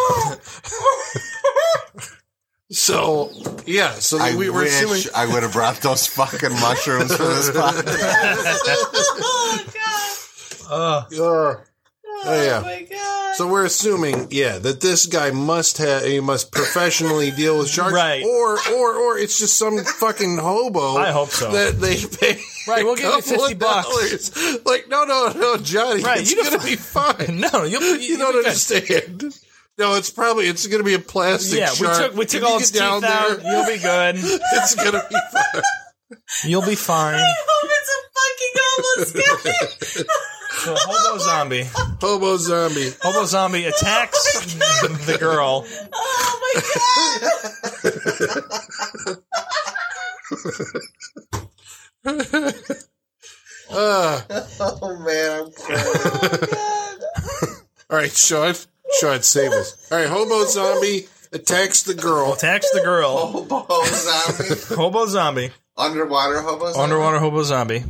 B: so, yeah, so
E: I
B: we were
E: wish
B: assuming.
E: I would have brought those fucking mushrooms for this podcast.
D: oh, God.
C: Uh,
B: Uh,
D: Oh,
B: yeah.
D: my God.
B: so we're assuming, yeah, that this guy must have, he must professionally deal with sharks,
C: Right.
B: Or, or, or it's just some fucking hobo.
C: I hope so.
B: That they pay.
C: Right, we'll
B: a
C: give you
B: couple
C: 50
B: of
C: bucks.
B: dollars. Like, no, no, no, Johnny,
C: Right,
B: it's
C: you don't-
B: gonna be fine.
C: no, you'll, you,
B: you don't understand. No, it's probably it's going to be a plastic
C: Yeah, we
B: shark.
C: took we took
B: If you
C: all
B: get
C: its teeth out. You'll be good.
B: it's going to be fine.
C: You'll be fine.
D: I hope it's a Oh, fucking homeless guy.
C: So hobo zombie.
B: Hobo zombie.
C: Hobo zombie attacks the girl.
D: oh, my God.
B: Uh,
E: oh man, I'm crying.
B: all right, Sean. Sean, save us. All right, hobo zombie attacks the girl.
C: Attacks the girl.
E: hobo zombie,
C: Hobo zombie.
E: underwater hobo, zombie?
C: Underwater hobo zombie.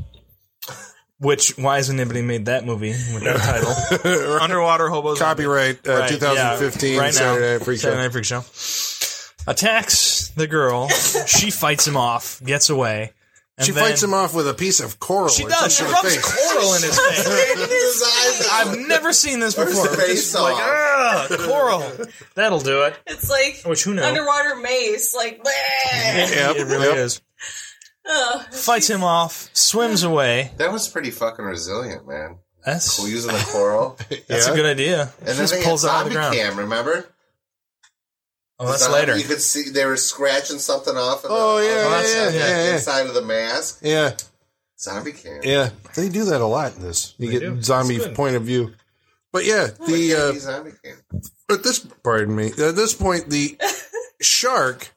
C: Which why hasn't anybody made that movie with that title? Underwater hobo zombie.
B: Copyright uh,
C: Right,
B: 2015
C: yeah, right now.
B: Saturday Night Freak Show.
C: Saturday Night Freak Show. Attacks the girl. she fights him off. Gets away. and
B: She
C: then-
B: fights him off with a piece of coral.
C: She
B: or
C: does. She
B: something in the
C: rubs
B: face.
C: coral in his face.
E: His eyes out.
C: I've never seen this
E: Where's
C: before.
E: the face
C: Just like,
E: off?
C: ah, coral. That'll do it.
D: It's like
C: Which, who knows?
D: underwater maze. Like, bleh.
B: Yep,
C: it really
B: yep.
C: is.
D: Oh,
C: Fights him off, swims away.
E: That was pretty fucking resilient, man.
C: That's
E: We're using the coral, and
C: that's
B: Yeah.
C: a good idea.
E: then
C: Just
E: they
C: pulls
E: had
C: it out of
E: zombie
C: the ground.
E: cam. Remember?
C: Oh, that's
E: Zombie-
C: later.
E: You could see they were scratching something off. Of
B: Oh,
E: the,
B: yeah,
E: on the
C: that's-
E: inside-
B: yeah, yeah, yeah.
E: inside of the mask.
B: Yeah,
E: Zombie cam.
B: yeah. They do that a lot in this. You get
C: do.
B: zombie
C: It's good.
B: point of view. But yeah, the uh,
E: Zombie zombie cam.
B: at this pardon me at this point the shark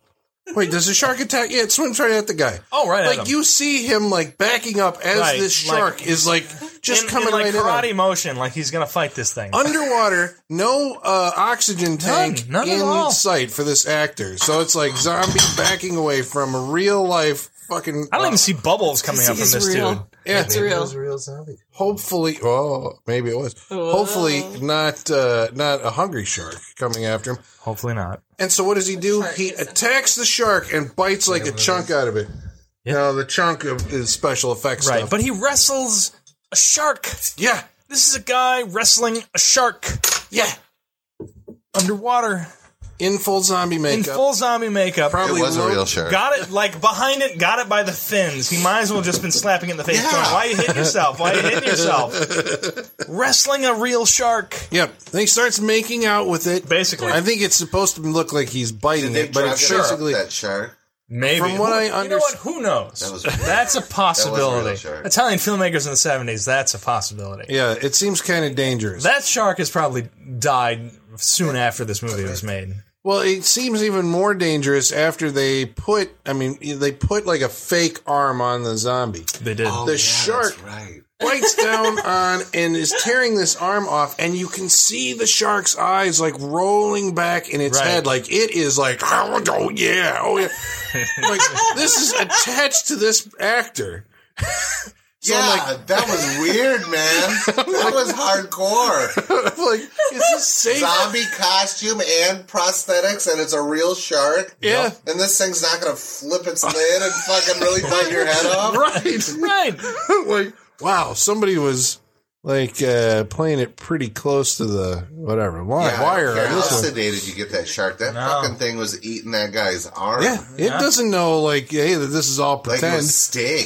B: wait does the shark attack yeah it swims right at the guy
C: oh, right. at
B: like
C: him.
B: you see him like backing up as
C: Right,
B: this
C: like-
B: shark is like just
C: in,
B: coming
C: in, like
B: right
C: karate
B: in on-
C: motion, like he's gonna fight this thing.
B: underwater no uh, oxygen tank
C: none at
B: in
C: all.
B: sight for this actor so it's like zombie backing away from a real life fucking uh,
C: I don't even see bubbles coming up from
D: He's
C: this
D: real.
C: dude.
B: yeah,
D: it's real.
B: hopefully oh maybe it was hopefully not uh, not a hungry shark coming after him
C: Hopefully not.
B: And so what does he do?
D: shark
B: He
D: is-
B: attacks the shark and bites like a chunk out of it.
C: Yeah.
B: Now the chunk of is special effects
C: Right,
B: stuff.
C: but he wrestles a shark.
B: yeah,
C: This is a guy wrestling a shark
B: yeah.
C: underwater.
B: in full zombie
C: in
B: makeup.
C: full zombie makeup.
E: It
B: probably
E: was a
B: low-
E: real shirt.
C: Got it like behind it, got it by the fins. He might as well just been slapping it in the face.
E: Yeah.
C: Going, Why you hitting yourself? Why you hitting yourself? Wrestling a real shark.
B: Yep. Then he starts making out with it.
C: Basically.
B: I think it's supposed to look like he's biting
E: They
B: it, but it's
E: drug it up,
B: basically
E: that shark.
C: Maybe.
B: From what I
C: You know what? Who knows?
E: That was-
C: that's a possibility.
E: real shark.
C: Italian filmmakers in the 70s, that's a possibility.
B: yeah, it seems kind of dangerous.
C: That shark has probably died soon after this movie was made.
B: well, it seems even more dangerous after they put. I mean, they put like a fake arm on the zombie.
C: They did.
E: Oh,
B: The
E: yeah,
B: shark.
E: That's right.
B: bites down on and is tearing this arm off, and you can see the shark's eyes like rolling back in its
C: Right.
B: head, like it is like oh oh, yeah, oh yeah, like this is attached to this actor.
E: yeah, that was weird, man. that was hardcore.
B: like is this safe?
E: Zombie costume and prosthetics, and it's a real shark.
B: Yeah.
E: And this thing's not gonna flip its lid and fucking really bite your head off.
B: right.
C: Right.
B: like wow, somebody was like uh playing it pretty close to the whatever line,
E: Yeah,
B: wire. on
E: yeah, how
B: this one.
E: sedated you get that shark? That
C: No.
E: fucking thing was eating that guy's arm.
B: Yeah, it doesn't know like hey that this is all
E: Like it
B: pretend.
E: was steak.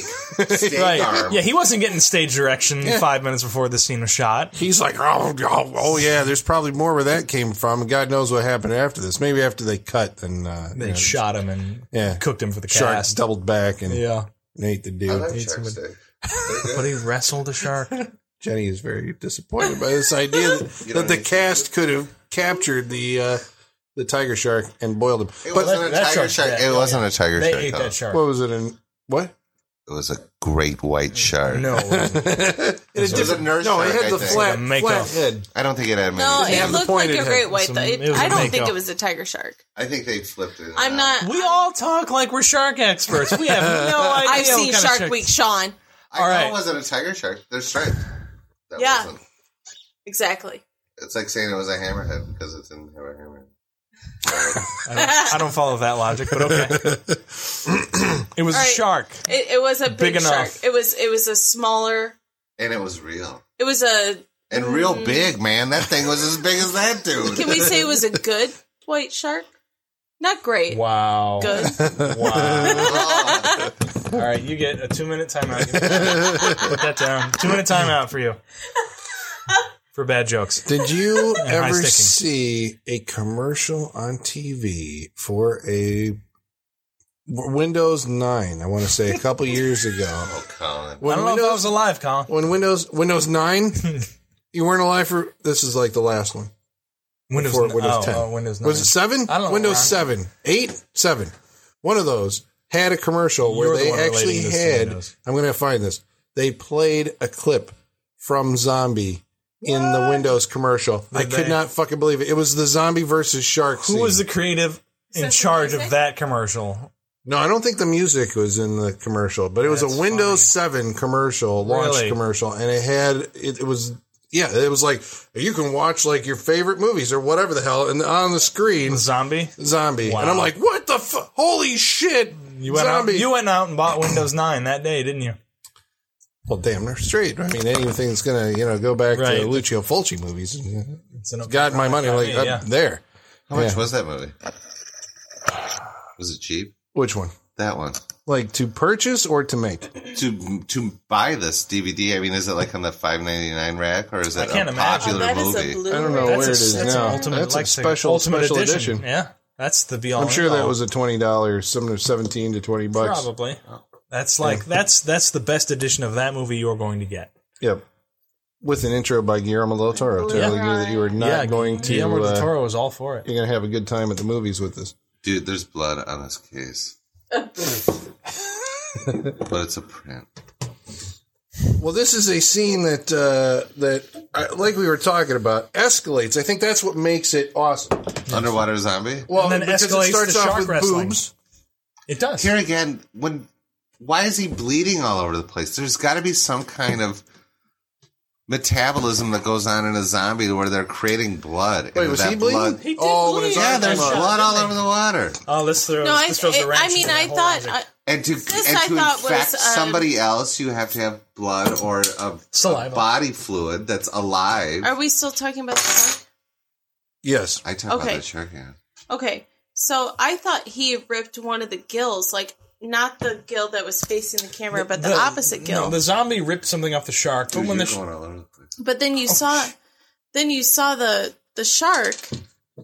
E: Steak
C: Right.
E: arm.
C: Yeah, he wasn't getting stage direction five minutes before the scene was shot.
B: He's like, oh, oh, oh, yeah. There's probably more where that came from. and God knows what happened after this. Maybe after they cut, then uh,
C: They
B: you know,
C: shot him and
B: Yeah.
C: cooked him for the
B: shark
C: cast.
B: doubled back and
C: Yeah.
B: Nate the
E: I
B: dude.
E: like shark steak. They're
C: But
E: good.
C: he wrestled a shark.
B: Jenny is very disappointed by this idea that,
E: You
B: that
E: don't
B: the
E: need-
B: cast could have captured the uh, the tiger shark and boiled him.
E: It
B: But
E: wasn't
C: that-
E: a
C: that
E: tiger
C: shark's
E: shark.
C: dead.
E: It
C: Yeah,
E: wasn't
C: yeah.
E: a tiger
C: They
E: shark.
C: ate
E: though.
C: that shark.
B: what was it in what?
E: It was a great
C: Mm-hmm.
E: white shark.
C: No. it wasn't.
B: It
E: was a nurse
B: No, it
E: shark,
B: had
E: I
B: the
E: think.
B: flat,
C: The makeup.
B: flat head.
E: I don't think it had many.
D: No,
B: have
D: it
B: the
D: looked like
B: pointed
D: a
B: head.
D: great white.
C: Some-
D: though. It,
C: it was
D: I
C: a
D: don't think
C: makeup.
D: it was a tiger shark.
E: I think they flipped it.
D: I'm not.
C: We all talk like we're shark experts. We have no idea. what
D: I've seen
C: kind of
D: Shark
C: shark-
D: Week, Sean.
E: I
C: all
E: know
C: right.
E: it wasn't a tiger shark. They're striped. That
D: Yeah.
E: Wasn't.
D: Exactly.
E: It's like saying it was a hammerhead because it didn't have a hammer.
C: I don't, I don't follow that logic, but okay. it was
D: All
C: a
D: right.
C: shark.
D: It, it was a
C: Big
D: big,
C: enough.
D: shark. It was. It was a smaller.
E: And it was real.
D: It was a.
E: And real big, man. That thing was as big as that dude.
D: Mm. Can we say it was a good white shark? Not great.
C: Wow.
D: Good.
C: Wow.
E: Oh,
C: All right, you get a two minute timeout. Put that down. Two minute timeout for you. For bad jokes.
B: Did you
C: high
B: ever
C: sticking.
B: see a commercial on TV for a Windows 9? I want to say a couple years ago.
E: oh, Colin.
C: I
B: When
C: don't know if I
B: Windows,
C: was alive, Colin.
B: when Windows Windows 9, you weren't alive for this is like the last one.
C: Windows,
B: Before Windows
C: oh,
B: 10.
C: oh, Windows 9.
B: Was it 7?
C: I don't know.
B: Windows 7, 8, 7. One of those had a commercial where
C: You're the
B: they
C: one
B: actually
C: relating this to
B: had
C: Windows.
B: I'm going to find this. They played a clip from Zombie in the Windows commercial. I
C: Did
B: could
C: they?
B: not fucking believe it. It was the zombie versus shark.
C: Who
B: scene.
C: was the creative in
D: Sesame
C: charge of
D: Music?
C: that commercial?
B: No, I don't think the music was in the commercial, but it was
C: That's
B: a Windows 7 commercial, launch
C: Really?
B: commercial, and it had it, it was yeah, it was like you can watch like your favorite movies or whatever the hell, and on the screen
C: Zombie?
B: zombie, and I'm like, what the fu- holy shit,
C: You went, out,
B: zombie!
C: you went out and bought Windows 9 that day, didn't you?
B: well, damn, they're straight. I mean, anything that's gonna you know go back
C: Right.
B: to Lucio Fulci movies uh,
C: It's an
B: got my money like
C: me,
B: up
C: yeah.
B: there.
E: How much
B: Yeah.
E: was that movie? Was it cheap?
B: Which one?
E: That one.
B: Like to purchase or to make?
E: To to buy this DVD, I mean, is it like on the five ninety nine rack or is it
C: can't
E: a
C: imagine.
D: Oh,
E: popular
D: that is
E: movie?
D: a blue.
B: I don't know
C: That's
B: where
C: a,
B: it is
C: that's
B: now.
C: An ultimate,
B: that's
C: like,
B: a special
C: ultimate
B: special
C: edition.
B: edition.
C: Yeah, that's the be all.
B: I'm sure that was
C: a
B: a twenty dollars, some of seventeen to twenty bucks.
C: oh. probably. That's like that's that's the best edition of that movie you're going to get.
B: Yep. With an intro by Guillermo del Toro,
D: Yeah.
B: telling you that you are not
C: yeah,
B: going to.
C: Guillermo del
B: uh,
C: Toro was all for it.
B: You're going to have a good time at the movies with this.
E: Dude, there's blood on this case. but it's a print.
B: Well, this is a scene that uh, that, uh, like we were talking about, escalates. I think that's what makes it awesome.
E: Underwater zombie?
B: Well,
C: And then
B: because
C: escalates
B: it starts
C: to
B: off
C: shark
B: with
C: wrestling.
B: boobs.
C: It does.
E: Here again, when why is he bleeding all over the place? There's got to be some kind of metabolism that goes on in a zombie to where they're creating blood.
B: Wait,
E: And
B: was
E: that
B: he bleeding?
E: blood-
D: He did
B: oh, when
D: bleed.
B: his
E: yeah,
B: arm
E: there's
B: came up.
E: blood all over the water.
C: oh, this throws.
D: No, I,
C: this throws
D: it,
C: the wrench
D: I mean,
C: into that
D: I
C: whole
D: thought. uh,
C: logic.
D: I,
E: And to,
D: This
E: and
D: I
E: to
D: thought was,
E: infect
D: um,
E: somebody else, you have to have blood or a, a
C: Saliva.
E: body fluid that's alive.
D: are we still talking about the shark?
B: Yes.
E: I talk
D: Okay.
E: about the shark. Yeah.
D: Okay, so I thought he ripped one of the gills, like not the gill that was facing the camera, but the, opposite gill.
C: No, the zombie ripped something off the shark, but
E: Dude,
C: when the
E: you're
C: sh-
E: going all over the place.
D: but then you saw, then you saw the the shark,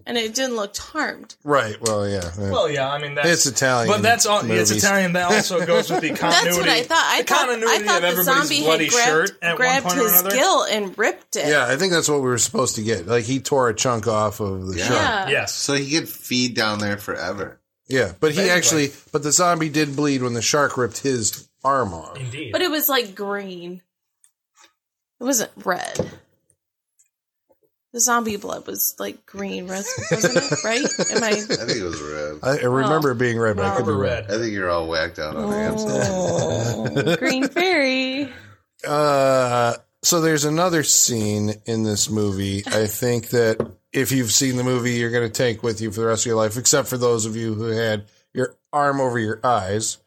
D: and it didn't look harmed.
B: Right. Well, yeah.
C: well, yeah, I mean that's
B: It's Italian
C: but that's all. It's
B: movies.
C: Italian. That also goes with the continuity.
D: That's what I thought. I
C: the
D: thought,
C: continuity
D: I thought
C: of
D: the
C: everybody's
D: zombie
C: bloody
D: had grabbed,
C: shirt at
D: grabbed
C: one point
D: his
C: or another.
D: gill and ripped it.
B: yeah, I think that's what we were supposed to get. Like he tore a chunk off of the
E: Yeah.
B: shark.
D: Yeah.
C: Yes.
E: So he could feed down there forever.
B: Yeah, but he
C: Basically.
B: actually, but the zombie did bleed when the shark ripped his arm off.
C: Indeed.
D: But it was like green. It wasn't red. The zombie blood was like green, res- wasn't it? Right? Am I?
E: I think it was red.
B: I, I remember it being red, but I could be
C: Remember
B: red.
C: red.
E: I think you're all whacked out on Amsterdam.
D: Oh, green fairy.
B: Uh, so there's another scene in this movie. I think that if you've seen the movie, you're going to take with you for the rest of your life, except for those of you who had your arm over your eyes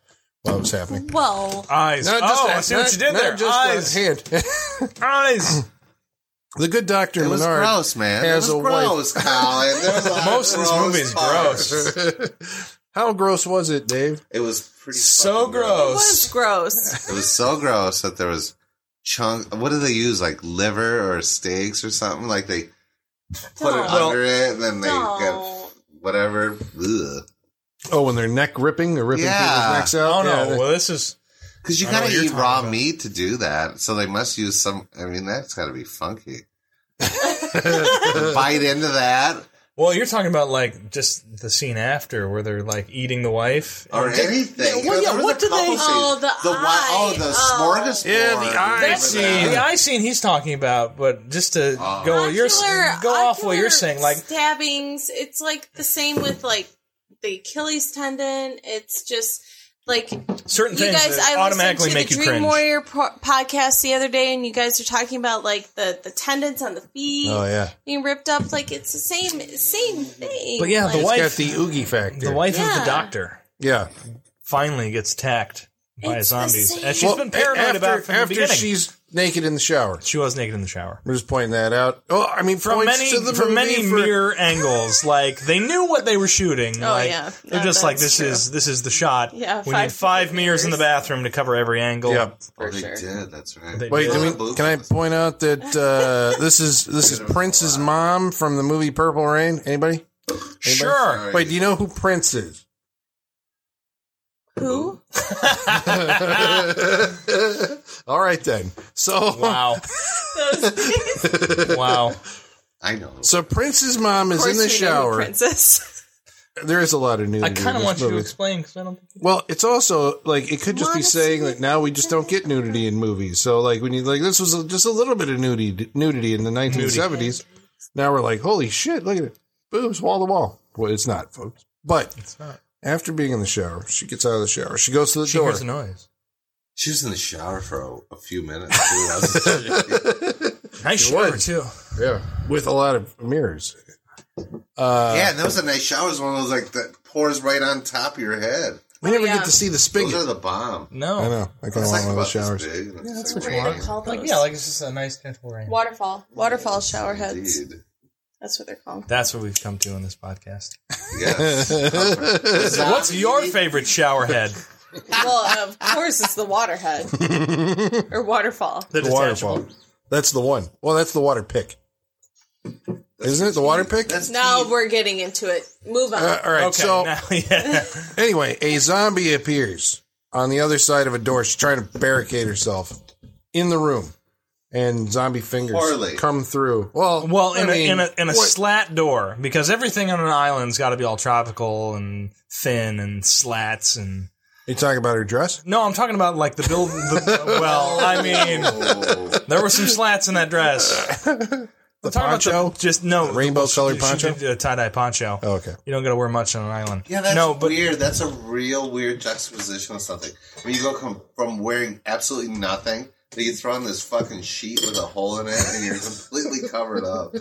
B: while it was happening.
D: Well,
C: Eyes. oh, I see
B: not-
C: what you did
B: not
C: there.
B: just
C: Eyes.
B: the hand.
C: Eyes.
B: the good doctor
E: It was
B: Menard
E: gross, man. It
B: has
E: was
B: a wife.
E: gross, Colin. There was a lot of
C: Most of this
E: gross
C: movie is
E: parts.
C: gross.
B: How gross was it, Dave?
E: It was pretty
C: So
E: fucking
D: it was
C: gross.
D: gross.
E: It was so gross that there was chunk. What do they use? Like liver or steaks or something? Like they put it
D: Don't.
E: under it, and then they
D: Don't.
E: got whatever. Ugh.
B: Oh, when they're neck ripping, they're ripping
E: Yeah.
B: people's necks out.
C: Oh
B: Yeah,
C: no.
B: they-
C: well, this is.
E: Because you
C: I know
E: gotta
C: what you're
E: eat raw
C: talking about.
E: meat to do that, so they must use some. I mean, that's gotta be funky. Bite into that
C: Well, you're talking about like just the scene after where they're like eating the wife.
E: or
C: And-
E: anything.
C: Yeah, well, yeah,
E: There was
C: what
E: a
C: do they-
E: couple scenes.
D: Oh, the
E: wi-
D: eye.
E: oh, the
D: Oh.
E: smorgasbord.
B: Yeah, the eye
E: Remember
C: That's
B: scene.
E: that?
C: the eye scene he's talking about, but just to
E: Oh.
C: go, you're,
D: Ocular-
C: go off what
D: ocular
C: you're saying. Like
D: stabbings. It's like the same with like the Achilles tendon. It's just like
C: certain
D: you
C: things
D: guys.
C: that
D: I
C: automatically
D: listened
C: make
D: to
C: you
D: the Dream
C: cringe.
D: Warrior pro- podcast the other day, and you guys are talking about like the the tendons on the feet
B: Oh yeah,
D: being ripped up. Like it's the same same thing.
C: But yeah, the
D: Like,
C: wife-
B: got the oogie factor.
C: The wife of
D: Yeah.
C: the doctor
B: yeah.
C: finally gets attacked by
D: It's the
C: zombies,
D: same-
C: and she's
D: Well,
C: been paranoid
B: after,
C: about it from the
B: after
C: beginning.
B: she's naked in the shower.
C: she was naked in the shower.
B: We're just pointing that out. Oh, I mean,
C: From
B: points
C: many,
B: to the
C: from
B: movie
C: many
B: for-
C: mirror angles, like they knew what they were shooting.
D: Oh,
C: like,
D: yeah.
C: they're
D: No,
C: just like this
D: that's true.
C: is this is the shot.
D: Yeah,
C: we
D: five
C: need five
D: different
C: mirrors in the
D: mirrors.
C: bathroom to cover every angle.
B: Yeah.
E: Oh, they
D: sure.
E: did. That's right.
C: They
B: Wait,
C: Yeah.
B: do
E: Well,
B: we, can I point out that uh, this is this is Prince's mom from the movie Purple Rain? Anybody?
C: sure.
B: Wait, do you know who Prince is?
D: who?
B: All right then. So
C: Wow, wow.
E: I know.
B: so Prince's mom is in the shower.
D: princess.
B: There is a lot of news.
C: I
B: in
C: kind of
B: this
C: want you to
B: movie.
C: explain because I don't think
B: Well, it's also like it could just be
D: Wanna
B: saying
D: see
B: that now we just don't get nudity in movies. So like when you like this was a, just a little bit of nudity nudity in the 1970s. Now we're like, holy shit, look at it, boobs wall to wall. Well, it's not, folks. But
C: it's not.
B: after being in the shower, she gets out of the shower. She goes to the
C: She
B: door.
C: hears a noise.
E: She was in the shower for a, a few minutes. Too. I was-
C: Nice
B: was.
C: shower too.
B: yeah, with a lot of mirrors.
E: yeah, and that was a nice shower. It was one of those like that pours right on top of your head.
B: We never
D: yeah.
B: get to see the
E: Those
B: spigot.
E: are the bomb.
C: No,
B: I know. I kind of
E: It's
B: want one
E: like
B: of
E: about
B: those
E: showers.
B: showers.
E: this big. Yeah,
B: that's
E: that's
B: what
E: what
B: you
D: What do they call those?
C: like yeah, like it's just a nice gentle rain.
D: waterfall, waterfall shower heads.
E: Indeed.
D: That's what they're called.
C: That's what we've come to in this podcast.
E: Yes.
C: What's your favorite shower head?
D: well, of course, it's the water head or waterfall.
C: The
B: The waterfall. That's the one. Well, that's the water pick. Isn't it the water pick?
E: That's
D: Now we're getting into it. Move on.
B: Uh, all right.
C: Okay,
B: so
C: now, yeah.
B: Anyway, a zombie appears on the other side of a door. She's trying to barricade herself in the room, and zombie fingers
E: Poorly.
B: come through. Well,
C: Well,
B: I
C: in,
B: mean,
C: a, in a in a
B: what-
C: slat door because everything on an island's got to be all tropical and thin and slats and
B: you talking about her dress?
C: no, I'm talking about like the build. The, well, I mean,
E: Oh,
C: there were some slats in that dress.
B: The
C: Talking about the-
B: poncho,
C: just no
B: rainbow-colored
C: she
B: poncho?
C: did a tie dye poncho.
B: Oh, okay.
C: you don't got to wear much on an island.
E: yeah, that's
C: no, but
E: weird. That's a real weird juxtaposition of something. When you go com- from wearing absolutely nothing, then you throw on this fucking sheet with a hole in it, and you're completely covered up.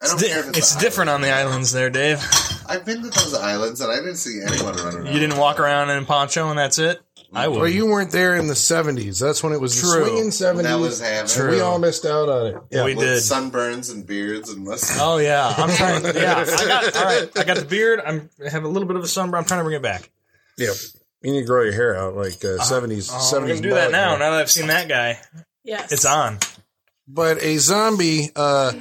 E: I don't
C: di-
E: care if it's,
C: it's
E: a
C: different on the islands there, Dave.
E: island. I've been to those islands, and I didn't see anyone running around.
C: You didn't walk around in a poncho and that's it. I would.
B: Well, you weren't there in the '70s. That's when it was
C: True.
B: the swinging '70s.
E: That was happening.
B: So We all missed out on it. Yeah.
C: We
E: with
C: did.
E: sunburns and beards and mustaches.
C: Oh yeah, I'm trying. Yeah, I got all right. I got the beard. I'm I have a little bit of a sunburn. I'm trying to bring it back.
B: yeah. You need to grow your hair out like uh, '70s.
C: Oh, I'm
B: 70s
C: gonna do that
B: bug,
C: now.
B: man.
C: Now that I've seen that guy,
D: Yes.
C: it's on.
D: Oh,
B: But a zombie uh,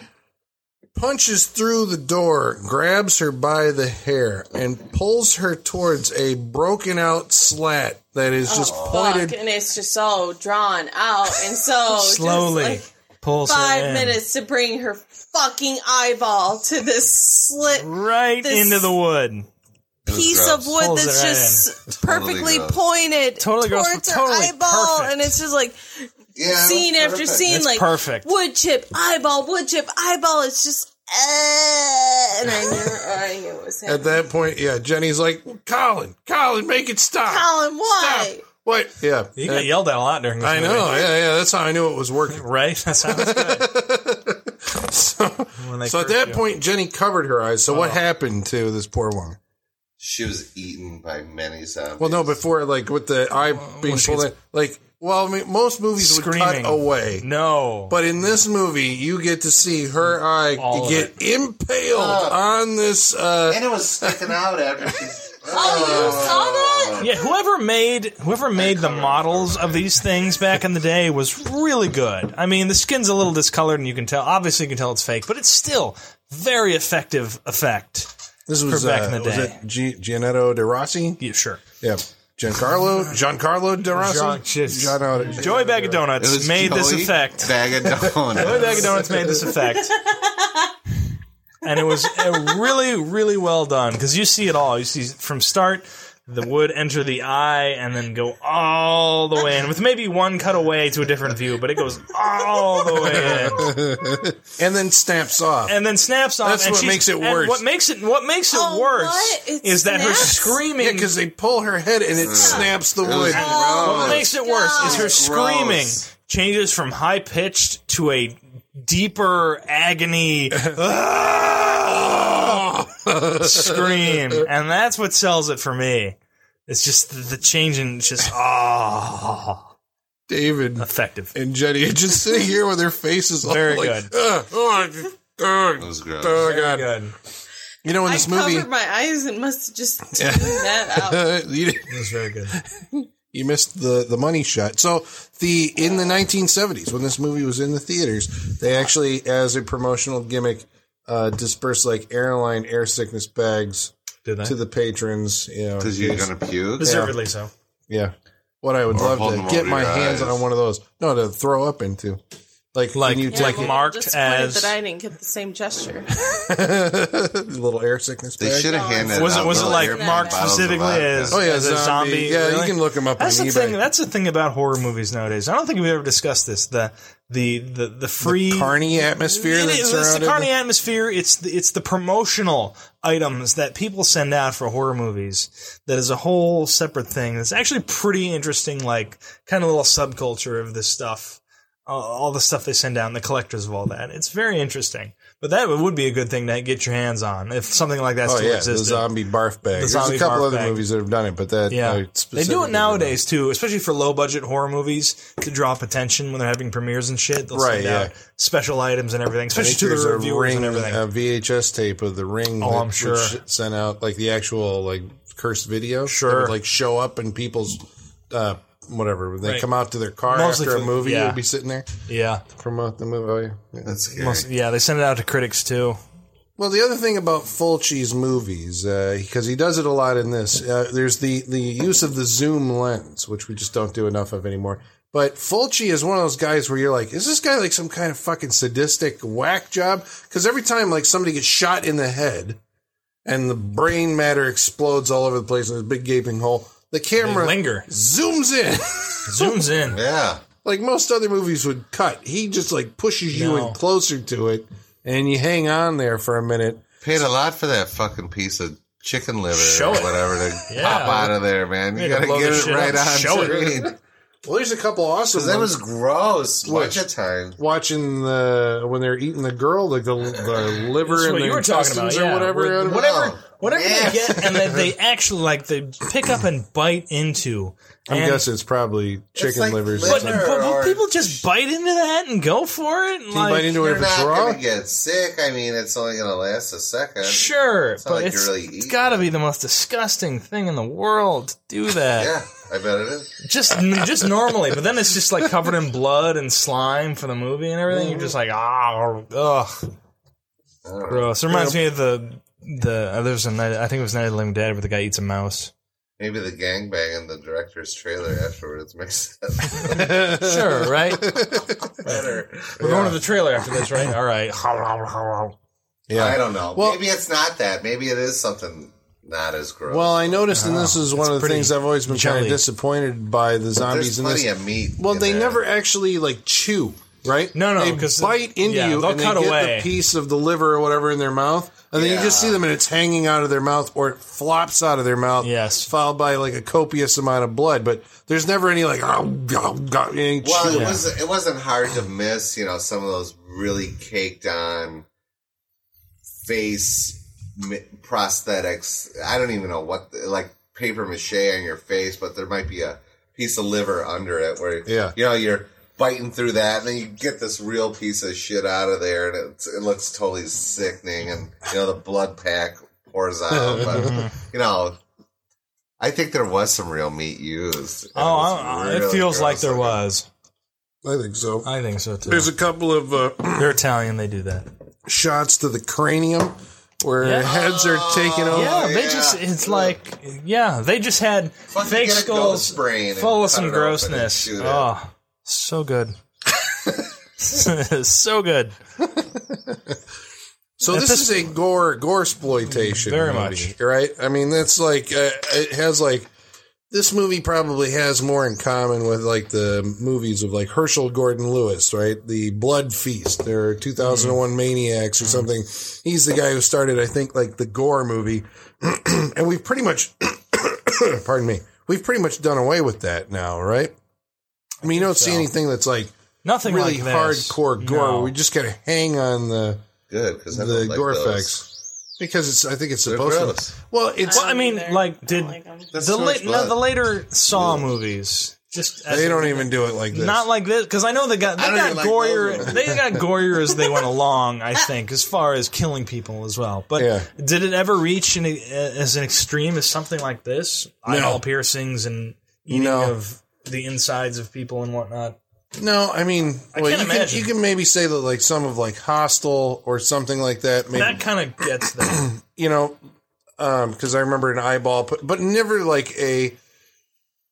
B: punches through the door, grabs her by the hair, and pulls her towards a broken out slat that is just pointed.
D: Oh, Fuck, and it's just so drawn out and so just,
C: Slowly
D: like,
C: pulls her
D: five
C: in.
D: minutes to bring her fucking eyeball to this slit
C: right
D: This-
C: into the wood.
D: piece
E: gross.
D: of wood
C: Pulls
D: that's
C: it right
D: just
E: Totally
D: perfectly
E: gross.
D: pointed
C: Totally gross,
D: towards
C: but
D: her
C: totally
D: eyeball,
C: perfect.
D: and it's just like
E: Yeah, that's
D: scene after
E: perfect.
D: scene,
C: It's
D: like
C: perfect.
D: wood chip eyeball, wood chip eyeball. It's just. Uh, and I knew, I knew it was him.
B: At that point, yeah, Jenny's like, "Colin, Colin, make it stop!
D: Colin, why?
B: stop! What? Yeah,
C: You
B: Uh,
C: got yelled at a lot during this.
B: I
C: movie.
B: know. Yeah, yeah. That's how I knew it was working.
C: right? That sounds good.
B: so,
C: When they
B: so at
C: curse
B: that
C: you.
B: point, Jenny covered her eyes. So
C: Oh.
B: what happened to this poor woman?
E: She was eaten by many zombies.
B: Well, no, before like with the eye being
C: she
B: pulled in,
C: gets-
B: like well, I mean, most movies would
C: Screaming.
B: cut away,
C: no,
B: but in this movie, you get to see her eye
C: All of
B: get impaled on this. Uh,
E: and it was sticking out after. She,
D: Oh, you saw that?
C: yeah, whoever made whoever made the models of these things back in the day was really good. I mean, the skin's a little discolored, and you can tell. Obviously, you can tell it's fake, but it's still very effective effect.
B: this was
C: For back
B: uh,
C: in the
B: was
C: day.
B: it G- Gianetto De Rossi?
C: Yeah, sure.
B: Yeah, Giancarlo Giancarlo De Rossi.
C: John- just-
B: Gianotto-
C: Joey Bag of
E: It
C: Donuts
E: was
C: made this
E: Joey
C: effect.
E: Bag of
C: Joey Bag
E: donuts.
C: of Donuts made this effect. And it was uh, really, really well done because you see it all. You see from start the wood enter the eye and then go all the way in with maybe one cutaway to a different view, but it goes all the way in
B: and then snaps off.
C: and then snaps off.
B: That's
C: and
B: what
C: she's-
B: makes it
C: and
B: worse.
C: What makes it what makes it
D: Oh,
C: worse
D: what? It
C: is that her
D: snaps?
B: yeah,
C: screaming.
B: because they pull her head and it snaps the wood.
C: What makes it worse is her
E: Gross.
C: screaming changes from high pitched to a deeper agony scream, and that's what sells it for me. It's just the, the change in it's just ah
B: David
C: effective.
B: and Jenny just sitting here with their faces all
C: Very
B: like,
C: good.
B: "Ugh, oh, ugh,
E: It was gross.
B: oh, God.
C: Good.
B: You know, in
D: I
B: this movie,
D: covered my eyes and must have just tuned that out.
B: uh, you,
C: It was very good.
B: you missed the, the money shot. So the in the 1970s, when this movie was in the theaters, they actually, as a promotional gimmick, uh, dispersed like airline air sickness bags
C: Did that
B: to the patrons. You know,
E: Because you're gonna puke.
C: deservedly so.
B: yeah. What I would
E: Or
B: love
E: hold
B: to
E: them
B: get
E: over
B: my
E: your
B: hands
E: eyes.
B: on one of those. No, to throw up into. Like,
C: Like-
B: when you
C: Yeah,
B: take
D: well,
B: it-
C: marked
D: disappointed
C: as-
D: that I didn't get the same gesture.
B: little air sickness
E: They
B: bag.
E: should have handed.
C: Was it-
E: out
C: was it,
E: little
C: like,
E: air pump
D: marked
E: bottles of
C: specifically
E: vodka.
C: as-
B: Oh yeah,
C: a
B: zombie.
C: zombie,
B: Yeah,
C: really?
B: you can look him up
C: That's
B: on
C: the
B: eBay.
C: thing. That's the thing about horror movies nowadays. I don't think we've ever discussed this. The the the the free
B: carny atmosphere
C: It
B: that's
C: is- it's the
B: surrounded.
C: carny atmosphere. It's the, it's the promotional items that people send out for horror movies. That is a whole separate thing. That's actually pretty interesting. Like kind of little subculture of this stuff. Uh, all the stuff they send out, and the collectors of all that. It's very interesting. But that would be a good thing to get your hands on if something like that
B: oh
C: still
B: yeah, the
C: existed.
B: zombie barf bag. There's
C: zombie
B: a couple
C: barf
B: other
C: bag.
B: movies that have done it, but that
C: Yeah,
B: I
C: they do
B: specifically
C: it nowadays too, especially for low budget horror movies to draw up attention when they're having premieres and shit. They'll
B: Right,
C: send
B: yeah.
C: out special items and everything,
B: I
C: especially
B: think
C: to
B: there's
C: the
B: a
C: reviewers
B: ring,
C: and everything.
B: a VHS tape of the ring.
C: Oh,
B: that
C: I'm
B: was
C: sure.
B: sent out like the actual like cursed video. that
C: Sure.
B: would, like show up in people's uh, whatever. When They
C: Right.
B: come out to their car
C: Mostly
B: after
C: for-
B: a movie.
C: yeah.
B: You'll be sitting there
C: yeah,
B: promote the movie. Oh yeah. yeah.
E: That's scary.
C: Most- yeah, they send it out to critics too.
B: Well, the other thing about Fulci's movies, because he does it a lot in this, uh, there's the, the use of the zoom lens, which we just don't do enough of anymore. But Fulci is one of those guys where you're like, is this guy like some kind of fucking sadistic whack job? Because every time like somebody gets shot in the head and the brain matter explodes all over the place in this big gaping hole, the camera
C: linger.
B: zooms in.
C: Zooms in.
E: Yeah.
B: like most other movies would cut. He just like pushes you
C: No.
B: in closer to it and you hang on there for a minute.
E: Paid a lot for that fucking piece of chicken liver
C: Show
E: or
C: it.
E: whatever to
C: Yeah.
E: pop out of there, man.
C: We
E: You
C: had
E: gotta
C: to blow
E: get
C: this
E: it
C: shit
E: right
C: up.
E: on
C: Show it.
E: screen.
B: Well, there's a couple awesome.
E: Because that
B: ones.
E: was gross.
B: Which?
E: Watch a time.
B: watching the when they're eating the girl, like the the liver
C: That's
B: and
C: what
B: the
C: you were talking
B: intestines or
C: about, yeah.
B: whatever. out of it.
C: whatever,
E: Oh,
C: whatever
E: yeah.
C: they get, and that they actually like they pick up and bite into.
B: I'm
C: And-
B: guessing it's probably chicken
E: like
B: livers. or
C: but,
E: liver.
B: something.
C: but will
E: or-
C: people just bite into that and go for it. And
B: Can you
C: like,
B: bite into it
E: You're
B: if it's
E: not
B: raw?
E: gonna get sick. I mean, it's only gonna last a second.
C: Sure,
E: not
C: but
E: like you're
C: it's,
E: really
C: it's
E: eating
C: got to
E: it.
C: be the most disgusting thing in the world to do that.
E: Yeah, I bet it is.
C: Just just normally, but then it's just like covered in blood and slime for the movie and everything. You're just like, ah, ugh,
E: I don't know.
C: gross. It reminds me of the the uh, there's a night I think it was Night of the Living Dead where the guy eats a mouse.
E: Maybe the gangbang in the director's trailer afterwards makes sense
C: Sure, right?
E: better.
C: We're going to the trailer after this, right? All right.
E: I
C: Oh,
B: yeah.
E: don't know.
B: Well-
E: Maybe it's not that. Maybe it is something not as gross.
B: Well, I noticed, and this is one of the
C: Ah, pretty
B: things I've always been kind
C: jelly.
B: of disappointed by the zombies
E: there's
B: in this.
E: plenty of meat.
B: Well,
E: in
B: they
E: there.
B: never actually like chew, right?
C: No, no,
B: they
C: 'cause-
B: bite into
C: yeah,
B: you
C: they'll
B: and they
C: cut
B: get
C: away.
B: the piece of the liver or whatever in their mouth, and then you just see them and it's hanging out of their mouth or it flops out of their mouth.
C: Yes.
B: followed by like a copious amount of blood, but there's never any like oh god, god any
E: Well,
B: chew.
E: it was it wasn't hard to miss, you know, some of those really caked on face mi- prosthetics. I don't even know what like paper mache on your face, but there might be a piece of liver under it where
B: Yeah.
E: you know you're biting through that and then you get this real piece of shit out of there and it's, it looks totally sickening and you know the blood pack pours out but you know i think there was some real meat used
C: Oh, I, I, it feels like there
E: was.
C: was.
B: I think so.
C: I think so too.
B: There's a couple of uh,
C: They're Italian. They do that.
B: shots to the cranium where heads are taken over.
C: Yeah, they
E: yeah.
C: just it's like yeah, they just had fake
E: get a
C: skulls
E: ghost brain and
C: full of
E: cut it
C: some
E: open and
C: grossness.
E: shoot it.
C: Oh, so good. so good.
B: So this is a gore gore exploitation,
C: Very
B: movie, right? I mean, that's like uh, it has like this movie probably has more in common with like the movies of like Herschel Gordon Lewis, right? The Blood Feast or 2001
C: Mm.
B: Maniacs or something. He's the guy who started, I think, like the gore movie, and we've pretty much, pardon me, we've pretty much done away with that now, right? I mean, you don't see anything that's like
C: Nothing
B: really
C: like this.
B: hardcore gore.
C: No.
B: We just got to hang on the
E: good because
B: the gore effects because it's I think it's
E: They're
B: supposed
E: gross.
B: to. Well, it's
C: Well, I mean,
D: Either.
C: like,
D: Don't
C: did-
D: like um, 'em.
E: That's
C: the
E: so
C: late
E: much
C: no,
E: blood.
C: the later Saw movies just as
B: they
C: a-
B: don't even do it like this.
C: Not like this, because I know they got they
E: I don't
C: got
E: even like
C: gorier.
E: those ones.
C: they got gorier as they went along. I think, as far as killing people as well. But
B: Yeah.
C: did it ever reach an, as an extreme as something like this? Eyeball piercings and eating
B: No.
C: of the insides of people and whatnot.
B: no, I mean,
C: I
B: well,
C: can't
B: you can,
C: imagine.
B: you can maybe say that like some of like Hostel or something like that. Maybe
C: That kind of gets them.
B: you know, because I remember an eyeball, but, but never like a.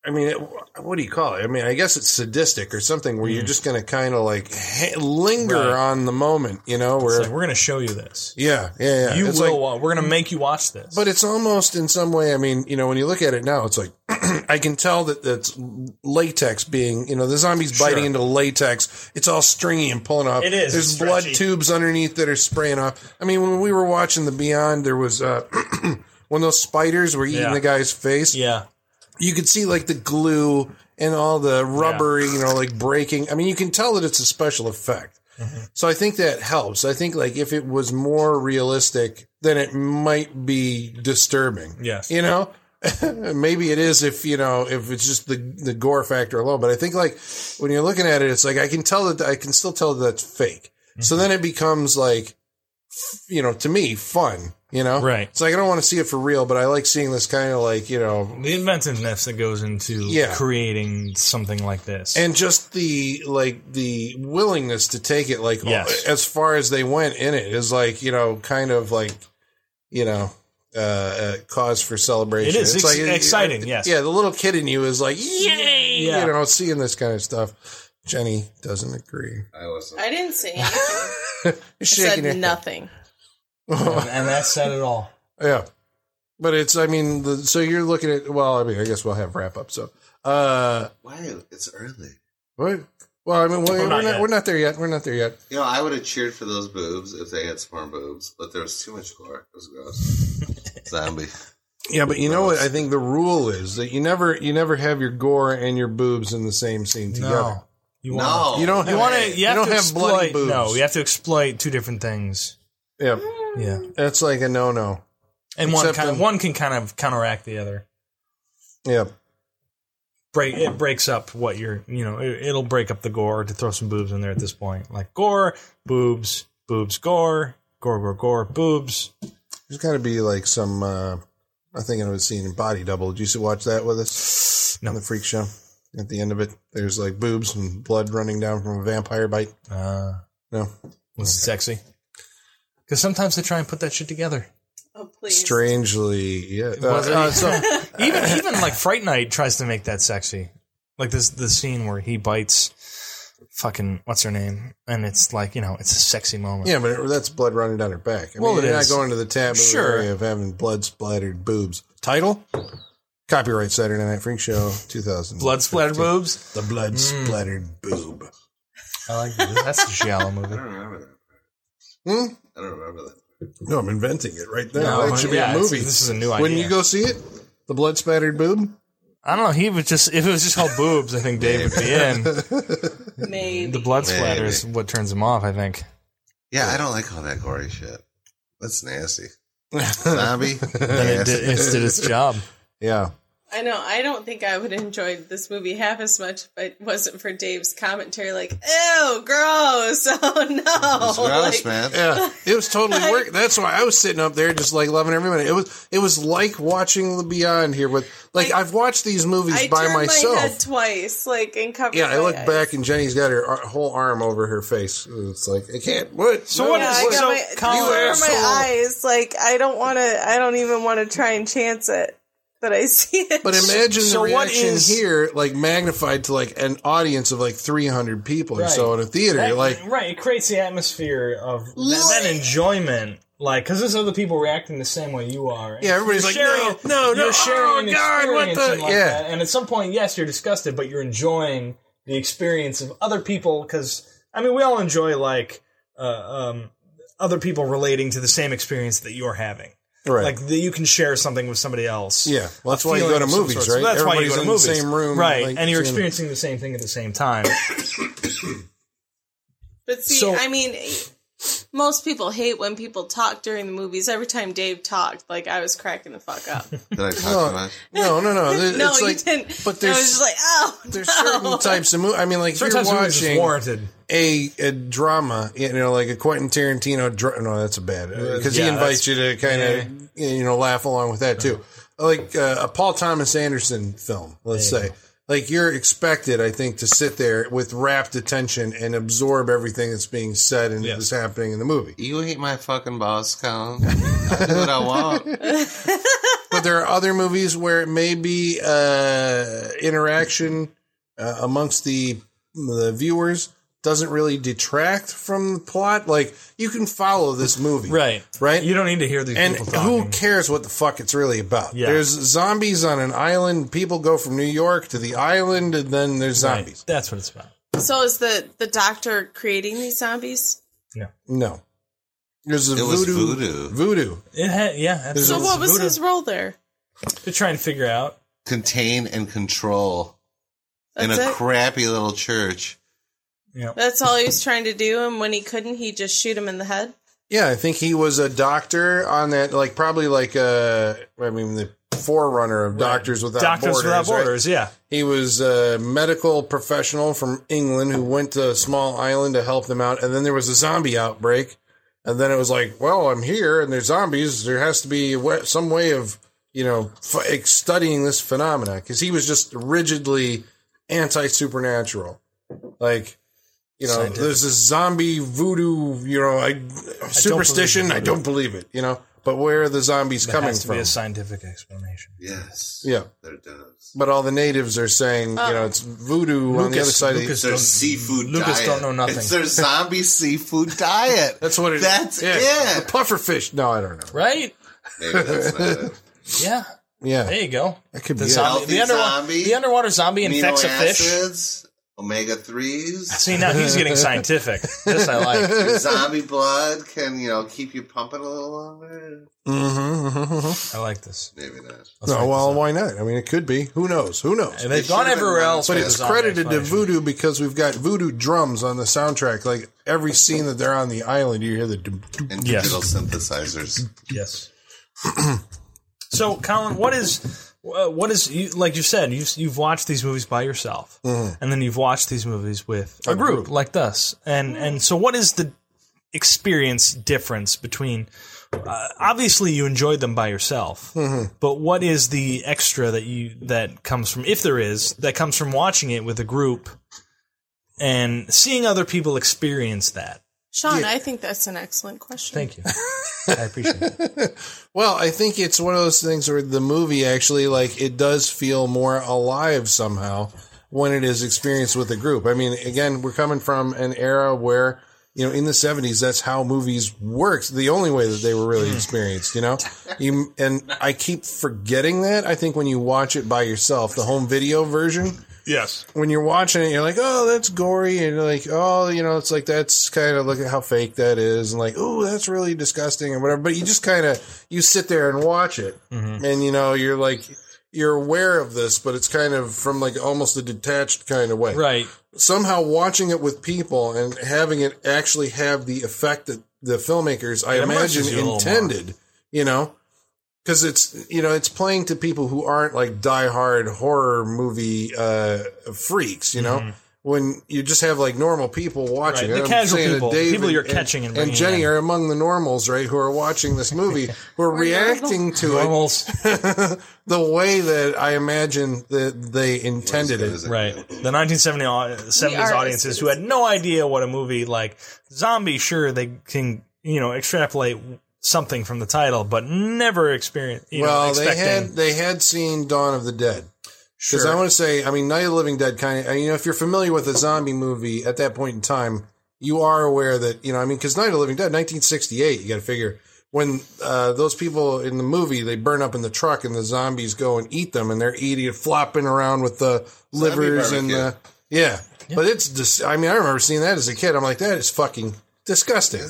B: I mean, it, what do you call it? I mean, I guess it's sadistic or something where you're just going to kind of like ha- linger
C: Mm. Right.
B: on the moment, you know,
C: It's
B: where
C: like, we're going to show you this.
B: yeah, yeah, yeah.
C: You
B: It's
C: will.
B: like-
C: wa- we're going to make you watch this.
B: But it's almost in some way. I mean, you know, when you look at it now, it's like I can tell that that's latex being, you know, the zombies biting into latex. It's all stringy and pulling off.
C: It is.
B: There's
C: It's
B: blood
C: stretchy.
B: tubes underneath that are spraying off. I mean, when we were watching the Beyond, there was uh, when those spiders were eating
C: Yeah.
B: the guy's face.
C: yeah,
B: You could see like the glue and all the rubber, you know, like breaking. I mean, you can tell that it's a special effect.
C: Mm-hmm.
B: So I think that helps. I think like if it was more realistic, then it might be disturbing.
C: Yes.
B: You know? Maybe it is if, you know, if it's just the the gore factor alone. But I think like when you're looking at it, it's like I can tell that I can still tell that that's fake.
C: Mm-hmm.
B: So then it becomes like f- you know, to me, fun. You know?
C: Right.
B: It's like I don't want to see it for real, but I like seeing this kind of like, you know,
C: the inventiveness that goes into
B: Yeah.
C: creating something like this.
B: and just the like the willingness to take it like
C: Yes.
B: as far as they went in it is like you know kind of like you know uh, uh cause for celebration
C: It is
B: It's
C: ex-
B: like- uh,
C: exciting, yes.
B: yeah the little kid in you is like yay
C: Yeah.
B: you know seeing this kind of stuff jenny doesn't agree
E: I wasn't.
D: I didn't say anything.
B: You're
D: I
B: shaking
D: said
B: your
D: nothing.
C: and, and that said it all.
B: Yeah. But it's, I mean, the, so you're looking at, well, I mean, I guess we'll have wrap up. So, uh,
E: Why? It's early.
B: what? Well, I mean, we're, we're,
C: Oh, not
B: not,
C: yet.
B: we're not there yet. We're not there yet.
E: You know, I would have cheered for those boobs if they had some more boobs, but there was too much gore. It was gross. Zombie.
B: Yeah, but you know what? I think the rule is that you never you never have your gore and your boobs in the same scene together.
C: No. You want
E: No.
B: You don't.
C: You
B: have-
C: want to? You,
B: you
C: have
B: don't
C: to
B: have
C: exploit,
B: bloody boobs.
C: No, you have to exploit two different things.
B: Yep.
C: Yeah,
B: That's like a no no.
C: and one
B: Except
C: kind of,
B: in-
C: one can kind of counteract the other.
B: Yep.
C: Break it breaks up what you're you know it, it'll break up the gore to throw some boobs in there at this point like gore boobs boobs gore gore gore gore boobs.
B: There's got to be like some. Uh, I think I was seeing Body Double. Did you see- watch that with us
C: No.
B: on the Freak Show? At the end of it, there's like boobs and blood running down from a vampire bite.
C: Uh,
B: No,
C: was it sexy? Because sometimes they try and put that shit together.
D: Oh, please.
B: strangely, yeah.
C: Was it-
B: Uh, uh, so-
C: even even like Fright Night tries to make that sexy. Like this the scene where he bites fucking what's her name and it's like, you know, it's a sexy moment.
B: yeah, but it- that's blood running down her back. I mean,
C: Well, it
B: you're
C: is.
B: not going to the taboo
C: Sure.
B: area of having blood splattered boobs. Title: Copyright Saturday Night Freak Show 2000.
C: Blood splattered Hmm. boobs.
B: The blood splattered boob.
C: I like that. That's a shallow movie.
E: I don't remember that.
B: Hmm?
E: I don't remember that.
B: No, I'm inventing it right now.
C: No,
B: that should
C: yeah,
B: be a
C: it's-
B: movie.
C: this is a new
B: Wouldn't
C: idea.
B: you go see it? The blood spattered boob.
C: I don't know, he was just if it was just called boobs, I think Dave would be in.
D: Maybe.
C: The blood splatter is what turns him off, I think.
E: Yeah, I don't like all that gory shit. That's nasty. Zombie.
C: Then it
E: nasty.
C: did, it did its job.
B: Yeah.
D: I know. I don't think I would enjoy this movie half as much if it wasn't for Dave's commentary, like, "Ew, gross! Oh no!"
E: It's
D: Like,
E: gross, man.
B: Yeah, it was totally work. That's why I was sitting up there just like loving every minute. It was it was like watching the Beyond here with like
D: Like,
B: I've watched these movies
D: I
B: by
D: turned my head
B: myself.
D: twice, like, and covered.
B: yeah, I
D: my
B: look
D: eyes.
B: back and Jenny's got her ar- whole arm over her face. It's like I can't. What?
C: So what
D: Yeah,
C: is-
D: I got
C: so,
D: my
C: Colin-
D: these are
B: You asshole.
D: my eyes. Like, I don't want to. I don't even want to try and chance it that I see it.
B: But imagine
C: So
B: the
C: what
B: reaction
C: is-
B: here, like magnified to like an audience of like three hundred people or so in a theater.
C: That-
B: like
C: right, it creates the atmosphere of that, that enjoyment, like because there's other people reacting the same way you are. And
B: Yeah, everybody's
C: you're
B: like, "No, no, no,
C: You're sharing
B: oh,
C: an
B: God, what
C: experience
B: the-"
C: and like
B: Yeah.
C: that. And at some point, yes, you're disgusted, but you're enjoying the experience of other people because I mean, we all enjoy like uh, um, other people relating to the same experience that you're having.
B: right.
C: Like that, you can share something with somebody else.
B: yeah, well, that's why you go
C: feeling
B: to
C: of some
B: movies,
C: sorts.
B: right?
C: That's why you go to
B: in
C: movies.
B: the same room,
C: right?
B: like,
C: and you're
B: seeing-
C: experiencing the same thing at the same time.
D: But see,
C: So-
D: I mean, most people hate when people talk during the movies. Every time Dave talked, like I was cracking the fuck up.
E: Did I talk too much?
B: No, no, no.
D: no,
B: it's
D: you
B: like,
D: didn't.
B: But
D: I
B: there's
D: was just like, oh,
B: there's
D: no.
B: certain types of movies. I mean, like if you're
C: Sometimes movies is
B: watching
C: warranted.
B: a, a drama, you know, like a Quentin Tarantino. Dr- no, that's a bad because
C: Yeah,
B: he invites you to kind of you know laugh along with that too. Like uh, a Paul Thomas Anderson film, let's say. Like you're expected, I think, to sit there with rapt attention and absorb everything that's being said and is happening in the movie.
E: You hate my fucking boss, Colin. I do what I want.
B: but there are other movies where it may be uh, interaction uh, amongst the the viewers doesn't really detract from the plot. Like you can follow this movie,
C: Right.
B: Right.
C: You don't need to hear these
B: and
C: people
B: who
C: talking.
B: cares what the fuck it's really about?
C: Yeah.
B: There's zombies on an island. People go from New York to the island, and then there's zombies.
C: That's what it's about.
D: So is the the doctor creating these zombies?
B: No, there's a
E: It was
B: voodoo,
E: voodoo.
B: voodoo.
C: It had, yeah. that's-
D: So
B: It's
D: what was
C: voodoo.
D: his role there?
C: to try and figure out?
E: Contain and control in
D: That's
E: a
D: it.
E: crappy little church.
C: You know,
D: That's all he was trying to do, and when he couldn't, he just shoot him in the head.
B: Yeah, I think he was a doctor on that, like probably like uh, I mean the forerunner of Doctors Without
C: Doctors
B: Borders.
C: Without
B: right?
C: Borders. Yeah,
B: He was a medical professional from England who went to a small island to help them out, and then there was a zombie outbreak, and then it was like, well, I'm here, and there's zombies. There has to be a wa- some way of you know f- ex- studying this phenomena because he was just rigidly anti supernatural, like. You know,
C: Scientific.
B: there's this zombie voodoo, you know, I, superstition. I don't believe it, you know. But where are the zombies
C: there
B: coming
C: has to
B: from?
C: be a scientific explanation.
E: Yes.
B: Yeah.
E: There does.
B: But all the natives are saying, you know, it's voodoo on the
C: Lucas-
B: other side
C: Lucas
B: of the
E: Their
C: Don't-
E: seafood
C: Lucas
E: diet.
C: don't know nothing.
E: It's their zombie seafood diet.
B: That's what it is.
E: That's
B: yeah.
E: it.
B: The pufferfish. No, I don't know.
C: Right?
E: Maybe that's not it.
C: Yeah.
B: Yeah.
C: There you go.
B: That could
C: The
B: be it.
C: zombie,
E: Healthy
C: the, underwater,
E: zombie.
C: the underwater zombie infects a
E: Amino
C: fish.
E: acids. omega threes.
C: See, now he's getting scientific. This I like.
E: Your zombie blood can you know keep you pumping a little longer.
B: Mm-hmm, mm-hmm.
C: I like this.
E: Maybe not.
C: Let's write
B: No,
C: this
B: well,
C: up.
B: why not? I mean, it could be. Who knows? Who knows?
C: and
E: they
C: they've gone
E: should've been
C: everywhere
E: running
C: else,
E: But
C: with
B: It's
C: the zombie
B: credited to
C: explanation.
B: Voodoo because we've got Voodoo drums on the soundtrack. Like every scene that they're on the island, you hear the. dum- dum-
E: And
C: Yes.
E: digital synthesizers.
C: Yes. so, Colin, what is uh, what is you, like you said? You've you've watched these movies by yourself, and then you've watched these movies with Mm-hmm. a group, like us, and and so what is the experience difference between? Uh, obviously, you enjoyed them by yourself, but what is the extra that you that comes from, if there is, that comes from watching it with a group and seeing other people experience that?
D: Sean, I think that's an excellent question.
C: Thank you, I appreciate it.
B: Well, I think it's one of those things where the movie actually like it does feel more alive somehow when it is experienced with a group. I mean, again, we're coming from an era where you know in the 70s that's how movies worked the only way that they were really experienced you know you, and i keep forgetting that i think when you watch it by yourself the home video version
A: Yes.
B: when you're watching it, you're like, oh, that's gory, and you're like, oh, you know, it's like that's kind of look at how fake that is, and like, oh, that's really disgusting, and whatever. But you just kind of you sit there and watch it, and you know, you're like, you're aware of this, but it's kind of from like almost a detached kind of way,
C: Right.
B: Somehow watching it with people and having it actually have the effect that the filmmakers, I
C: It immerses
B: imagine,
C: you a little more.
B: intended, you know. Because it's you know it's playing to people who aren't like diehard horror movie uh, freaks, you know. When you just have like normal people watching,
C: Mm-hmm. Right, the
B: I'm
C: casual
B: saying that
C: people,
B: Dave
C: people you're
B: and,
C: catching and
B: and
C: bringing
B: Jenny
C: in.
B: are among the normals, right? Who are watching this movie, who are reacting to it
C: Normals.
B: the way that I imagine that they intended
E: Good
B: it.
E: as it
C: Right. The 1970 au- 70s
D: are
C: audiences who had no idea what a movie like zombie sure they can, you know, extrapolate something from the title but never experience you know,
B: well, they
C: expecting
B: had they had seen Dawn of the Dead
C: sure.
B: because I want to say, I mean, Night of the Living Dead kind of. You know, if you're familiar with a zombie movie at that point in time, you are aware that you know. I mean, because Night of the Living Dead, 1968, you got to figure when uh, those people in the movie they burn up in the truck and the zombies go and eat them and they're eating it, flopping around with the livers and the yeah. But it's just, I mean, I remember seeing that as a kid. I'm like, that is fucking disgusting.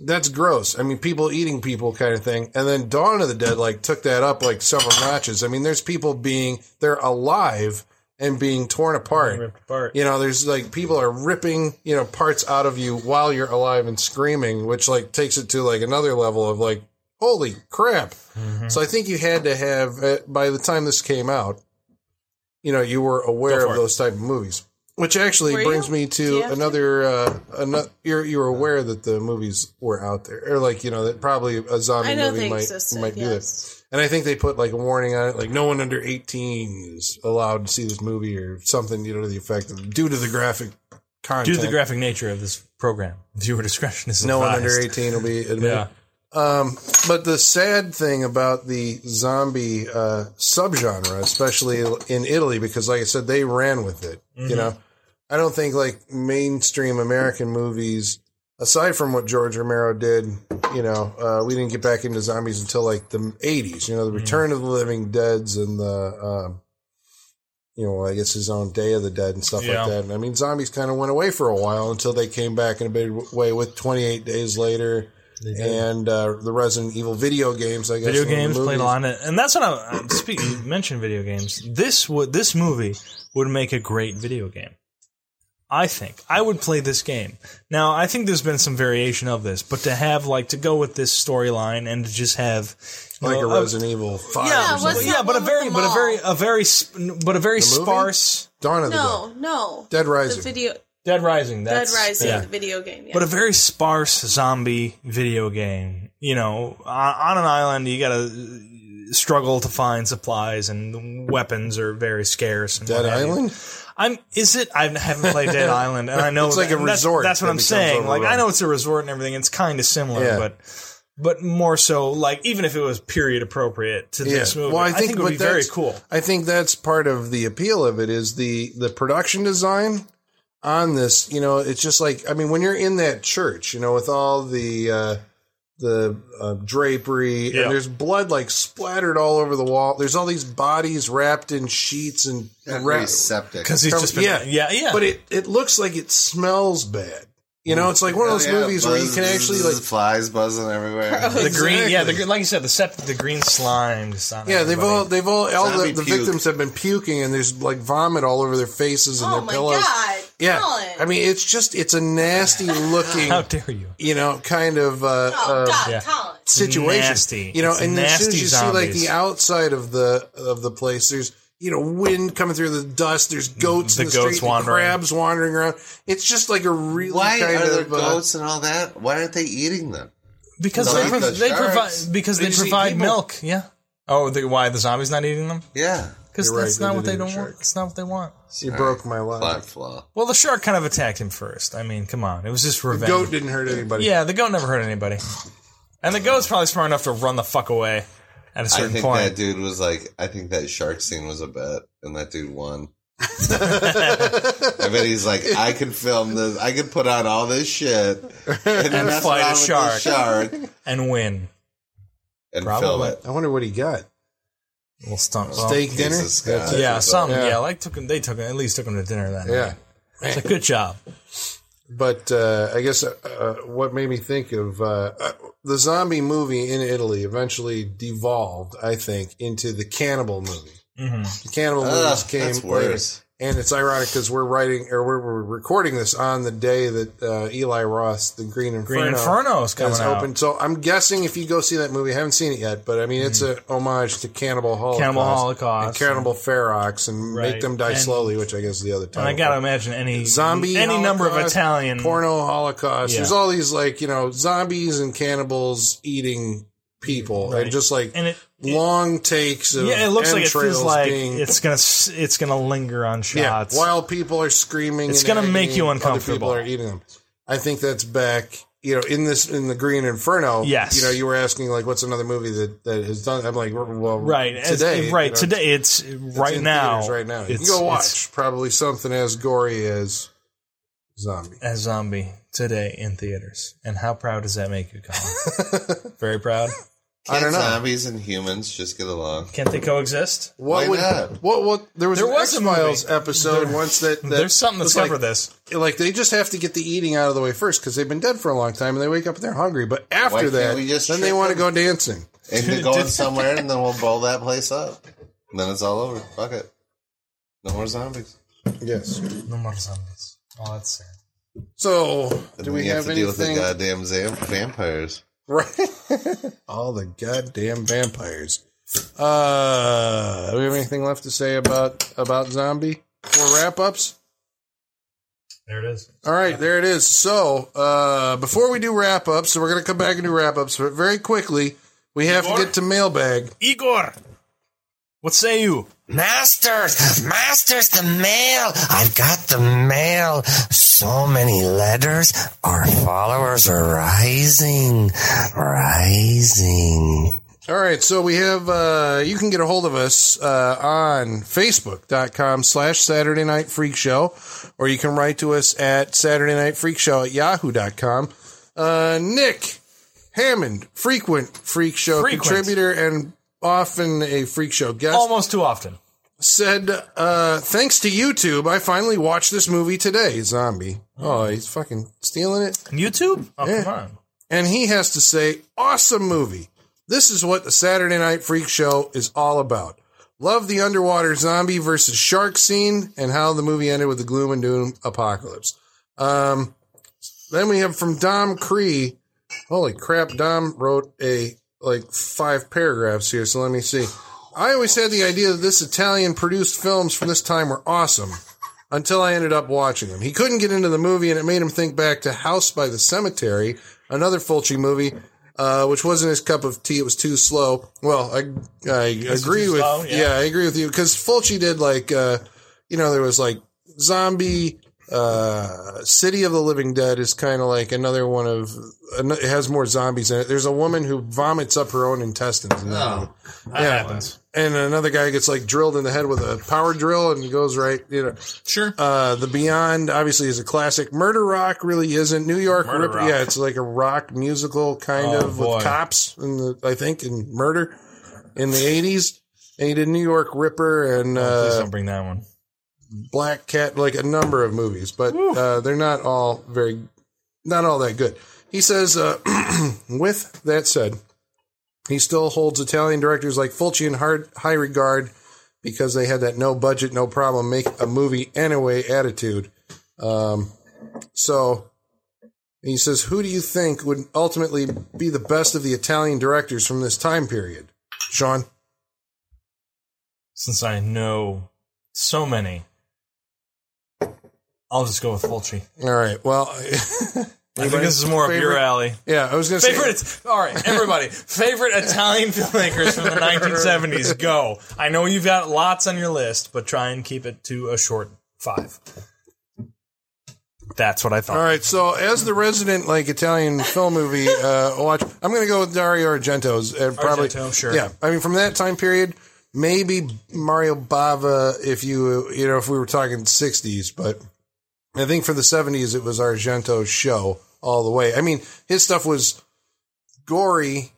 B: That's gross. I mean, people eating people kind of thing. And then Dawn of the Dead like took that up like several notches. I mean, there's people being they're alive and being torn apart.
C: ripped apart.
B: You know, there's like people are ripping, you know, parts out of you while you're alive and screaming, which like takes it to like another level of like, holy crap.
C: Mm-hmm.
B: So I think you had to have uh, by the time this came out, you know, you were aware
C: Go
B: of
C: for it.
B: those type of movies. Which actually
D: Were
B: brings
D: you?
B: me
D: Do
B: to
D: you have to?
B: another. Uh, another you're, you're aware that the movies were out there, or like you know that probably a zombie
D: I know
B: movie
D: they
B: might
D: existed.
B: might do this.
D: yes.
B: And I think they put like a warning on it, like no one under 18 is allowed to see this movie or something, you know, to the effect of due to the graphic content.
C: due to the graphic nature of this program. Viewer discretion is
B: no one
C: advised.
B: under 18 will be admitted.
C: Yeah.
B: Um, but the sad thing about the zombie uh, subgenre, especially in Italy, because like I said, they ran with it. You know, I don't think like mainstream American movies, aside from what George Romero did, you know, uh, we didn't get back into zombies until like the '80s. You know, the Return of the Living Dead's and the, um, you know, I guess his own Day of the Dead and stuff
C: Yeah.
B: like that. And I mean, zombies kind of went away for a while until they came back in a big way with 28 Days Later and uh, the Resident Evil video games. I guess
C: Video
B: and the
C: games played
B: movies.
C: a lot, in it. and that's what I'm, I'm speaking. You mentioned video games. This would this movie would make a great video game. I think I would play this game. Now I think there's been some variation of this, but to have like to go with this storyline and to just have you
B: like
C: know,
B: a Resident Evil Five.
D: Yeah,
B: or
D: what's
B: something.
D: that
C: yeah, but a
D: one with
C: very
D: the
C: but a very
D: mall?
C: a very sp- but a very
B: movie?
C: sparse
B: Dawn of the
D: No, no.
B: Dead Rising.
D: The video
C: Dead Rising.
D: Dead
C: That's,
D: Rising,
C: yeah.
D: the video game. Yeah.
C: but a very sparse zombie video game. You know, on, on an island, you gotta uh, struggle to find supplies, and weapons are very scarce. And
B: Dead.
C: what
B: Dead
C: have you.
B: Island.
C: I'm. Is it? I haven't played Dead Island, and I know
B: It's like a
C: that- that's-
B: resort
C: That's, what
B: that
C: I'm
B: becomes
C: saying. Like I
B: overrun.
C: know it's a resort and everything. It's kind of similar,
B: Yeah.
C: but but more so. Like even if it was period appropriate to this movie, I think, it would
B: what
C: be very
B: that's-
C: cool.
B: I think that's part of the appeal of it is the the production design on this. You know, it's just like I mean, when you're in that church, you know, with all the uh, the uh, drapery,
C: Yeah.
B: and there's blood like splattered all over the wall. There's all these bodies wrapped in sheets and
E: Every
B: wrapped.
E: septic.
C: because he's
B: Cover-
C: just been,
B: yeah.
C: yeah, yeah, yeah.
B: but it it looks like it smells bad. You know, it's like one of those
E: Yeah,
B: movies where you
E: buzz-
B: can actually like
E: flies buzzing everywhere.
C: the green, yeah, the,
B: exactly.
C: gr- like you said, the sept, the green slime. Just on
B: Yeah, they've all
C: everybody.
B: they've all all the,
E: Zombie
B: the
E: puke.
B: victims have been puking and there's like vomit all over their faces and
D: Oh
B: their
D: my
B: pillows.
D: god!
B: Yeah,
D: Colin.
B: I mean it's just it's a nasty looking,
C: How dare you?
B: you know, kind of uh,
D: oh
B: uh,
D: God,
C: yeah.
D: Colin.
B: situation.
C: nasty.
B: You know,
C: It's
B: and as soon
C: nasty
B: as you see like
C: zombies.
B: the outside of the of the place, there's you know wind coming through the dust. There's goats
C: Mm, The
B: in the
C: goats
B: street,
C: wandering.
B: crabs wandering around. It's just like a really
E: Why
B: kind
E: are there
B: of uh,
E: goats and all that? Why aren't they eating them?
C: Because
E: Like
C: they, prov-
E: the
C: they provide
E: sharks.
C: because they,
B: They just eat
C: provide
B: people.
C: milk. Yeah. Oh, the, why the zombies not eating them?
E: Yeah.
C: Because
B: You're right,
C: that's
B: they
C: not
B: did
C: what they
B: eat a
C: don't
B: shark.
C: want. That's not what they want.
B: You broke my
E: Plot
B: life.
E: flaw.
C: Well, the shark kind of attacked him first. I mean, come on, it was just revenge.
B: Goat didn't hurt anybody.
C: yeah, the goat never hurt anybody, and the goat's probably smart enough to run the fuck away at a
E: I
C: certain
E: think
C: point.
E: that dude was like, I think that shark scene was a bet, and that dude won. I bet he's like, I could film this, I could put on all this shit, and, mess
C: fight a
E: around with this
C: shark.
E: shark,
C: and win.
E: and film
C: Probably.
E: it.
B: I wonder what he got.
C: Well, stunt well,
B: Steak dinner.
E: Jesus, God.
B: That's it.
C: Yeah, some.
B: Yeah.
C: Yeah. like took him. They took him. At least took him to dinner that
B: Yeah.
C: night. It's like, good job.
B: But uh, I guess uh, uh, what made me think of uh, uh, the zombie movie in Italy eventually devolved, I think, into the cannibal movie.
C: hmm
B: The cannibal
E: Ugh,
B: movies came
E: Ah, that's
B: later,
E: worse.
B: and it's ironic because we're writing or we're, we're recording this on the day that uh, Eli Ross, the Green Inferno,
C: Green Inferno is coming
B: is
C: out.
B: open. So I'm guessing if you go see that movie, I haven't seen it yet, but I mean it's a homage to Cannibal Holocaust,
C: Cannibal
B: and
C: Holocaust.
B: Cannibal Ferox, and Make
C: Right.
B: Them Die
C: And-
B: Slowly, which I guess is the other
C: and
B: title.
C: I gotta imagine any
B: zombie
C: any number of
B: Holocaust,
C: Italian
B: porno holocaust.
C: Yeah.
B: There's all these like you know zombies and cannibals eating people and
C: Right.
B: just like
C: and it
B: long takes of
C: yeah, it looks like it
B: entrails
C: feels like
B: being
C: it's gonna s- it's gonna linger on
B: yeah
C: shots.
B: while people are screaming.
C: It's
B: in
C: gonna
B: agony,
C: make you
B: other
C: uncomfortable.
B: people are eating them. I think that's back. You know, in this in the Green Inferno.
C: Yes.
B: You know, you were asking like, what's another movie that that has done? I'm like, well,
C: right as-
B: today,
C: right
B: you know,
C: today it's,
B: it's
C: right
B: in
C: now
B: theaters right now. You
C: it's,
B: can go
C: it's
B: watch probably something as gory as zombie.
C: a zombie today in theaters. And how proud does that make you, Colin? Very proud.
E: Can't
B: I don't know.
E: zombies and humans just get along?
C: Can't they coexist?
B: What
E: Why
B: would
E: not?
B: what what there was
C: There
B: an
C: was a movie.
B: X-Files episode once that, that
C: There's something that's
B: was
C: covered
B: like,
C: this.
B: Like they just have to get the eating out of the way first because they've been dead for a long time and they wake up and they're hungry. But after
E: can't
B: that,
E: we just
B: then they
E: trick
B: want to
E: them?
B: go dancing.
E: And they're going somewhere, and then we'll blow that place up. And then it's all over. Fuck it. No more zombies.
B: Yes.
C: No more zombies. Oh, that's sad.
B: So
E: And
B: do
E: then
B: we
E: you
B: have,
E: to deal with the
B: anything?
E: goddamn zam- vampires.
B: right. All the goddamn vampires. Uh, do we have anything left to say about about zombie for wrap ups?
C: There it is.
B: All right, there it is. So uh, before we do wrap ups, so we're going to come back and do wrap ups, but very quickly, we have to get to mailbag.
C: Igor, what say you?
F: Masters, masters, the mail. I've got the mail. So many letters. Our followers are rising, rising.
B: All right, so we have uh, you can get a hold of us uh, on Facebook.com slash Saturday Night Freak Show, or you can write to us at Saturday Night Freak Show at yahoo.com. Uh, Nick Hammond, frequent Freak Show
C: Frequent.
B: contributor and often a Freak Show guest.
C: Almost too often.
B: said, uh, thanks to YouTube, I finally watched this movie today, Zombie. Oh, he's fucking stealing it.
C: YouTube? Oh,
B: Yeah.
C: come on.
B: And he has to say, awesome movie. This is what the Saturday Night Freak Show is all about. Love the underwater zombie versus shark scene and how the movie ended with the gloom and doom apocalypse. Um, then we have from Dom Cree. Holy crap, Dom wrote a like five paragraphs here, so let me see. I always had the idea that this Italian produced films from this time were awesome until I ended up watching them. He couldn't get into the movie, and it made him think back to House by the Cemetery, another Fulci movie, uh, which wasn't his cup of tea. It was too slow. Well, I I agree
C: too
B: with
C: slow,
B: yeah.
C: yeah.
B: I agree with you because Fulci did like uh, you know there was like zombie. Uh, City of the Living Dead is kind of like another one of an- it has more zombies in it. There's a woman who vomits up her own intestines. In that movie.
C: Oh, That happens.
B: and another guy gets like drilled in the head with a power drill and goes right. You know,
C: Sure.
B: uh, the Beyond obviously is a classic. Murder Rock really isn't New York.
C: Murder
B: Rip-
C: Rock.
B: Yeah, it's like a rock musical kind
C: Oh,
B: of
C: boy.
B: with cops and the, I think and murder in the eighties. And he did New York Ripper and
C: Please
B: uh,
C: don't bring that one.
B: Black Cat, like a number of movies, but uh, they're not all very, not all that good. He says, uh, with that said, he still holds Italian directors like Fulci in hard, high regard because they had that no budget, no problem, make a movie anyway attitude. Um, so he says, who do you think would ultimately be the best of the Italian directors from this time period? Sean?
C: Since I know so many, I'll just go with Fulci.
B: All right. Well,
C: I think this is more up your
B: favorite-
C: alley.
B: yeah, I was going to say.
C: Favorite, all right, everybody. Favorite Italian filmmakers from the 1970s. Go. I know you've got lots on your list, but try and keep it to a short five. That's what I thought.
B: All right, so as the resident like Italian film movie uh, watch, I'm going to go with Dario Argento's and probably
C: Argento, sure.
B: yeah. I mean, from that time period, maybe Mario Bava if you you know if we were talking 60s, but I think for the 70s it was Argento's show all the way. I mean, his stuff was gory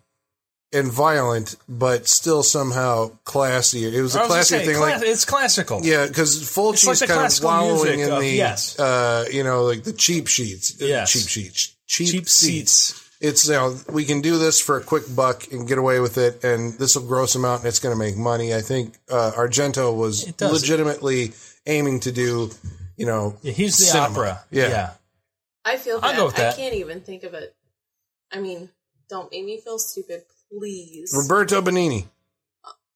B: and violent, but still somehow classy. It was a
C: I was gonna
B: classy
C: say,
B: thing,
C: cla-
B: like
C: it's classical.
B: yeah, because Fulci's
C: like the
B: kind of
C: classical
B: wallowing
C: music
B: in
C: of-
B: the,
C: yes.
B: uh, you know, like the cheap sheets. uh,
C: Yes.
B: Cheap sheets. Cheap,
C: Cheap
B: seats.
C: seats.
B: It's, you know, we can do this for a quick buck and get away with it, and this will gross them out and it's going to make money. I think uh, Argento was
C: It does.
B: legitimately aiming to do, you know,
C: Yeah, he's the
B: cinema.
C: opera.
B: Yeah.
D: I feel
C: I'll
D: bad.
C: go with that.
D: I can't even think of it. I mean, don't make me feel stupid, please.
B: Roberto Benini.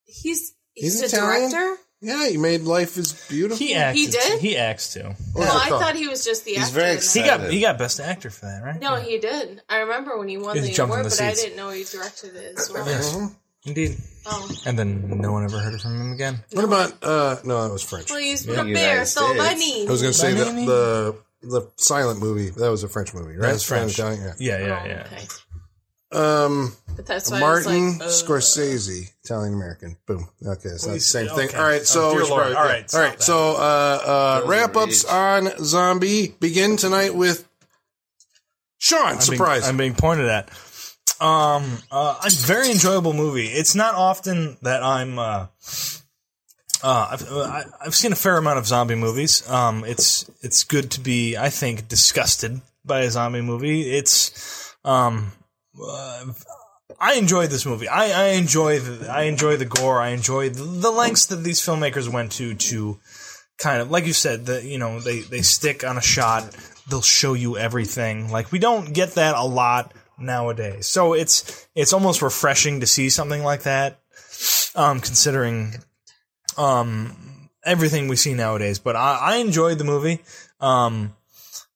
D: he's
B: He's
D: he's, a
B: Italian?
D: director.
B: Yeah, he made Life is Beautiful.
C: He acts.
D: He did?
C: He acts too.
D: No,
B: Yeah.
D: I thought he was just the
E: He's
D: actor.
E: very
D: in that.
C: He
E: excited.
C: got he got best actor for that, right?
D: No, he did. I remember when he won
C: He's
D: the
C: jumping
D: award,
C: the
D: but I
C: seats.
D: didn't know he directed it as well.
C: Indeed.
D: Oh,
C: And then no one ever heard from him again.
B: What about, uh, no, that was French. I
D: please
E: Yeah,
D: prepare
E: United
D: so
E: States.
D: money.
B: was going to say the,
C: Benigni?
B: the, the silent movie. That was a French movie, right?
C: That was French.
B: Italian,
C: Yeah, yeah,
D: Oh,
C: yeah.
D: okay.
B: yeah. Um,
D: But that's why I
B: Martin
D: was like, uh,
B: Scorsese, Italian American. Boom. Okay, it's not the
C: Please,
B: same
C: okay.
B: thing. All right, so
C: Oh, dear
B: we should
C: Lord.
B: probably-
C: All
B: yeah.
C: right,
B: all right.
C: stop
B: So uh, uh,
E: Those
B: wrap ups
E: reach.
B: on zombie begin tonight with Sean.
C: I'm being-
B: surprise.
C: I'm being pointed at. Um, uh, a very enjoyable movie. It's not often that I'm. Uh, uh, I've, uh, I- I've seen a fair amount of zombie movies. Um, it's it's good to be, I think, disgusted by a zombie movie. It's, um, uh, I enjoyed this movie. I, I enjoy the I enjoy the gore. I enjoy the, the lengths that these filmmakers went to to kind of like you said that you know they they stick on a shot they'll show you everything like we don't get that a lot nowadays so it's it's almost refreshing to see something like that um considering um everything we see nowadays but i i enjoyed the movie um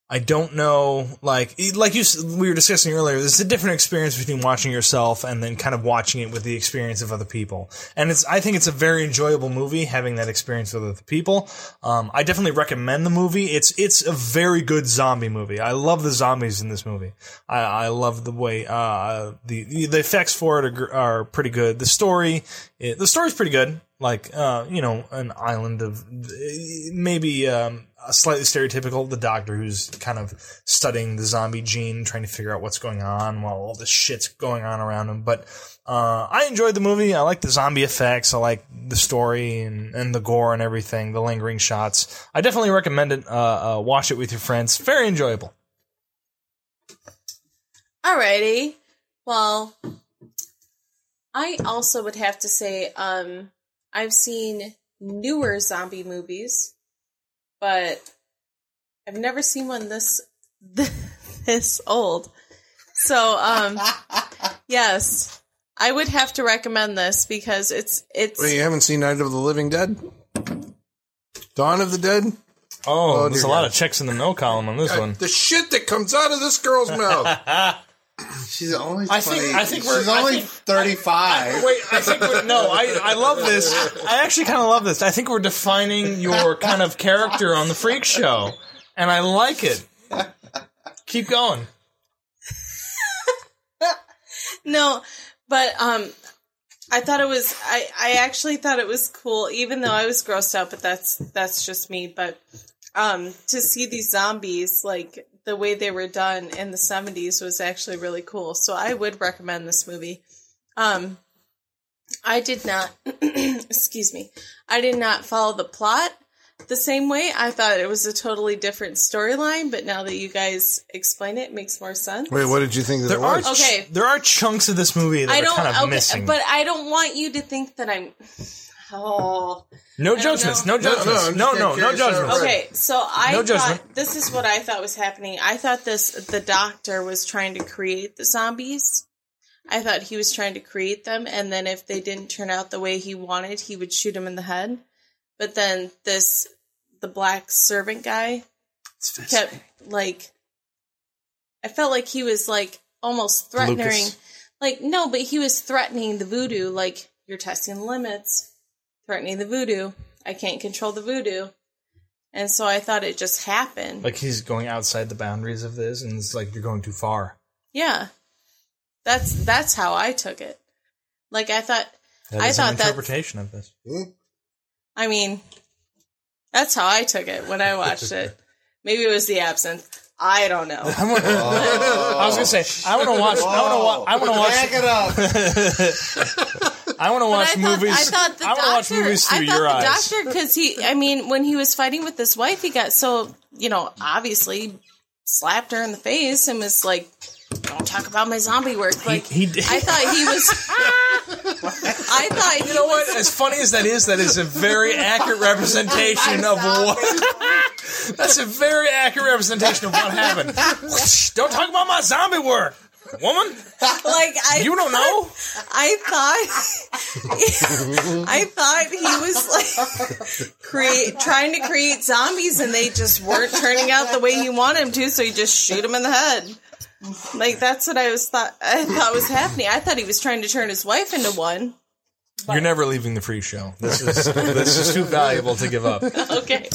C: I don't know, like e, like you s- we were discussing earlier. There's a different experience between watching yourself and then kind of watching it with the experience of other people. And it's I think it's a very enjoyable movie having that experience with other people. Um, I definitely recommend the movie. It's it's a very good zombie movie. I love the zombies in this movie. I, I love the way uh, the the effects for it are, gr- are pretty good. The story it, the story's pretty good. Like uh, you know, an island of maybe um, a slightly stereotypical the doctor who's kind of studying the zombie gene trying to figure out what's going on while all this shit's going on around him but uh, i enjoyed the movie i like the zombie effects i like the story and, and the gore and everything the lingering shots i definitely recommend it uh, uh, watch it with your friends very enjoyable
D: Alrighty. Well, I also would have to say um, I've seen newer zombie movies, but I've never seen one this this old. So, um, yes, I would have to recommend this because it's it's
B: Wait, you haven't seen Night of the Living Dead? Dawn of the Dead?
C: oh,
B: Oh,
C: there's a
B: dear
C: lot
B: God.
C: of checks in the no column on this
B: God,
C: one
B: The shit that comes out of this girl's mouth.
E: She's only.
C: I think-
E: 20
C: I think we're-
E: She's
C: I
E: only
C: think-
E: thirty-five.
C: Wait, I think we're, no, I, I love this. I actually kind of love this. I think we're defining your kind of character on the freak show, and I like it. Keep going.
D: no, but um, I thought it was I, I actually thought it was cool, even though I was grossed out, but that's that's just me. But um to see these zombies like the way they were done in the seventies was actually really cool. So I would recommend this movie. Um I did not excuse me. I did not follow the plot the same way. I thought it was a totally different storyline, but now that you guys explain it, it makes more sense.
B: Wait, what did you think that
C: There
B: it
C: are
B: was?
D: Oh, Okay.
C: there are chunks of this movie that
D: I
C: are
D: don't
C: kind of
D: okay,
C: missing.
D: but I don't want you to think that I'm oh
C: no
D: don't
C: judgments.
D: know.
C: No judgments.
B: I'm
C: No,
B: just
C: no, no,
B: curious how it
C: judgments.
B: works.
D: Okay, so I
C: No judgment.
D: thought this is what I thought was happening. I thought this the doctor was trying to create the zombies. I thought he was trying to create them, and then if they didn't turn out the way he wanted, he would shoot him in the head. But then this the black servant guy
C: It's fascinating.
D: kept like I felt like he was like almost threatening
C: Lucas.
D: like no, but he was threatening the voodoo, like you're testing the limits, threatening the voodoo. I can't control the voodoo. And so I thought it just happened.
C: Like he's going outside the boundaries of this, and it's like you're going too far.
D: yeah. That's that's how I took it. Like I thought
C: That
D: I
C: is
D: thought
C: an
D: that-
C: interpretation of this.
D: I mean that's how I took it when I watched it. Maybe it was the absinthe. I don't know.
C: I wanna- I was gonna say I want to watch. I want to watch. I want to watch.
E: Back it up.
C: I want to
D: But
C: watch
D: I thought,
C: movies.
D: I thought the
C: I wanna
D: doctor.
C: watch movies through
D: I thought
C: your
D: the
C: eyes.
D: doctor, because he, I mean, when he was fighting with his wife, he got so you know obviously slapped her in the face and was like, "Don't talk about my zombie work." Like
C: he did.
D: I thought he was. I thought he
C: You know
D: was,
C: what? As funny as that is, that is a very accurate representation of what. That's a very accurate representation of what happened. Don't talk about my zombie work, woman.
D: like I
C: You don't know.
D: I thought I thought he was like create trying to create zombies and they just weren't turning out the way he wanted them to, so you just shoot him in the head. Like that's what I was thought I thought was happening. I thought he was trying to turn his wife into one.
C: You're never leaving the free show. This is this is too valuable to give up.
D: Okay.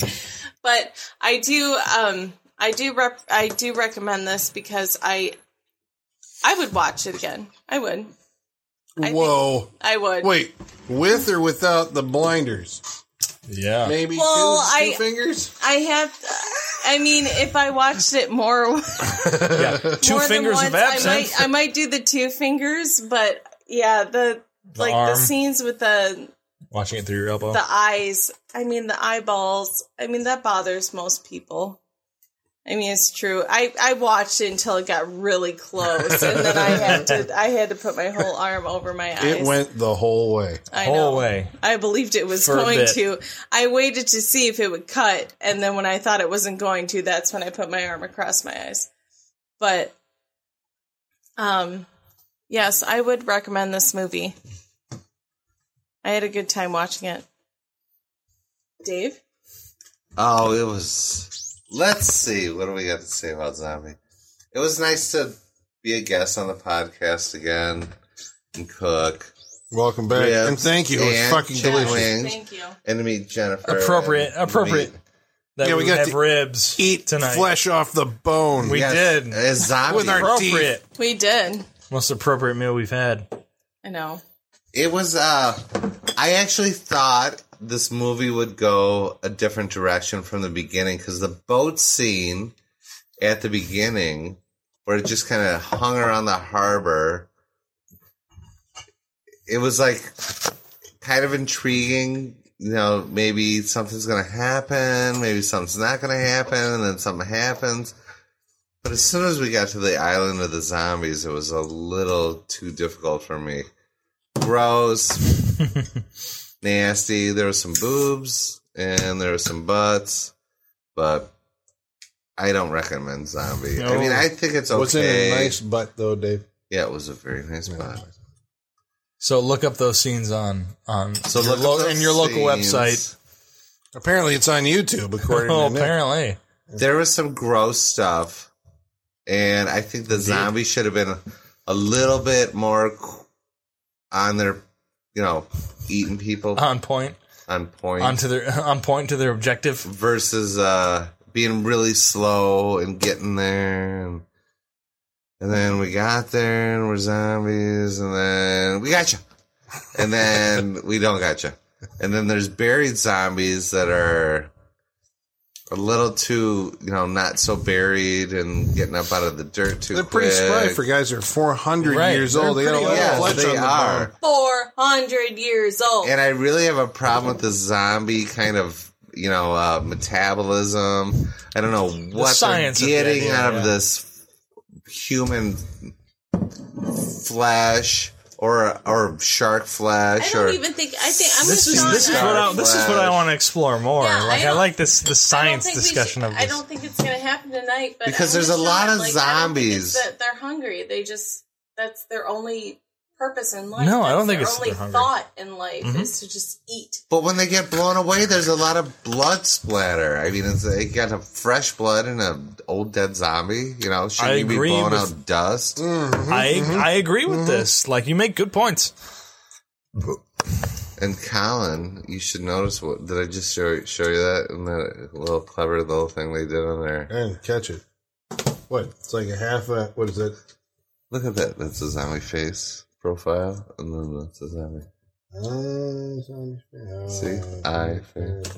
D: But I do um I do rep I do recommend this because I I would watch it again. I would.
B: Whoa.
D: I would.
B: Wait, with or without the blinders?
C: Yeah.
B: Maybe
D: Well,
B: two, two
D: I-
B: fingers?
D: I have I mean if I watched it more
C: yeah. Two
D: more than
C: fingers
D: once,
C: of
D: I might,
C: absinthe.
D: I might do the two fingers, but yeah, the, like the
C: arm.
D: scenes with the
C: Watching it through your elbow.
D: the eyes. I mean the eyeballs. I mean that bothers most people. I mean it's true. I I watched it until it got really close, and then I had to I had to put my whole arm over my eyes.
B: It went the whole way.
D: I
C: Whole
D: know.
C: way.
D: I believed it was
C: For a
D: going
C: bit.
D: to. I waited to see if it would cut, and then when I thought it wasn't going to, that's when I put my arm across my eyes. But, um, yes, I would recommend this movie. I had a good time watching it. Dave,
E: Oh, it was. Let's see. What do we got to say about zombie? It was nice to be a guest on the podcast again and cook.
B: Welcome back.
E: Yeah.
B: And thank you. It was
E: And
B: fucking
E: chicken
B: delicious.
E: wings.
D: thank you.
E: And to meet Jennifer.
C: Appropriate.
E: and
C: Appropriate.
E: meet-
C: That
B: Yeah, we
C: we,
B: got
C: have
B: to
C: ribs.
B: Eat
C: tonight.
B: flesh off the bone.
C: We
E: Yes,
C: did.
E: a zombie.
B: With our-
C: Appropriate.
D: We did.
C: Most appropriate meal we've had.
D: I know.
E: It was uh I actually thought this movie would go a different direction from the beginning cuz the boat scene at the beginning where it just kind of hung around the harbor it was like kind of intriguing you know maybe something's going to happen maybe something's not going to happen and then something happens but as soon as we got to the island of the zombies it was a little too difficult for me gross, nasty. There were some boobs and there were some butts, but I don't recommend zombie. I mean, I think it's okay.
B: What's in a nice butt, though, Dave?
E: yeah, it was a very nice butt.
C: So look up those scenes on on
E: So
C: your
E: look
C: lo-
E: up
C: in
E: those
C: your local
E: scenes.
C: website.
B: Apparently, it's on YouTube, according
C: Oh,
B: to Nick.
C: apparently.
E: There was some gross stuff, and I think the zombie should have been a little bit more qu- on their, you know, eating people
C: on point
E: on point.
C: onto their Uh, on point to their objective.
E: versus uh being really slow and getting there and, and then we got there and we're zombies and then we got you And then we don't gotcha. And then there's buried zombies that are a little too, you know, not so buried and getting up out of the dirt too
B: They're pretty spry
E: quick.
B: for guys that are 400
C: Right.
B: years
C: They're
B: old. They got a
C: pretty
B: lot
E: Yes,
B: of flesh
E: they
B: on the
E: are.
B: bone.
D: 400 years old.
E: And I really have a problem with the zombie kind of, you know, uh, metabolism. I don't know what they're
C: science of the
E: getting
C: idea,
E: out
C: yeah.
E: of this human flesh or or shark
D: I
E: flesh
D: don't
E: or
D: even think. I think I'm
C: This
D: with
C: is
D: Sean
C: this is
D: on
C: what
D: that.
C: I this is what I want to explore more.
D: Yeah, I
C: like I,
D: don't-
C: like this the
D: I don't
C: science
D: think we
C: discussion
D: should-
C: of this.
D: I don't think it's going to happen tonight, but
E: Because
D: I'm
E: there's
D: with
E: a lot
D: Sean,
E: of
D: like, I don't think it's
E: zombies.
D: That they're hungry. They just that's their only purpose in life.
C: No, I
D: That's
C: don't think
D: their
C: it's that
D: only
C: they're hungry. Mm-hmm.
D: thought in life is to just eat.
E: but when they get blown away there's a lot of blood splatter. I mean it's you got a fresh blood and a old dead zombie, you know, shouldn't
C: I
E: you be
C: agree
E: blowing
C: with- Mm.
E: out dust?
C: I
B: Mm-hmm.
C: I agree with this. Like you make good points.
E: And Colin, you should notice what did I just show show you that and that little clever little thing they did on there.
B: I didn't catch it. What? It's like a half a. What is it?
E: Look at that. That's a zombie face profile, and then that's a zombie. See, eye face.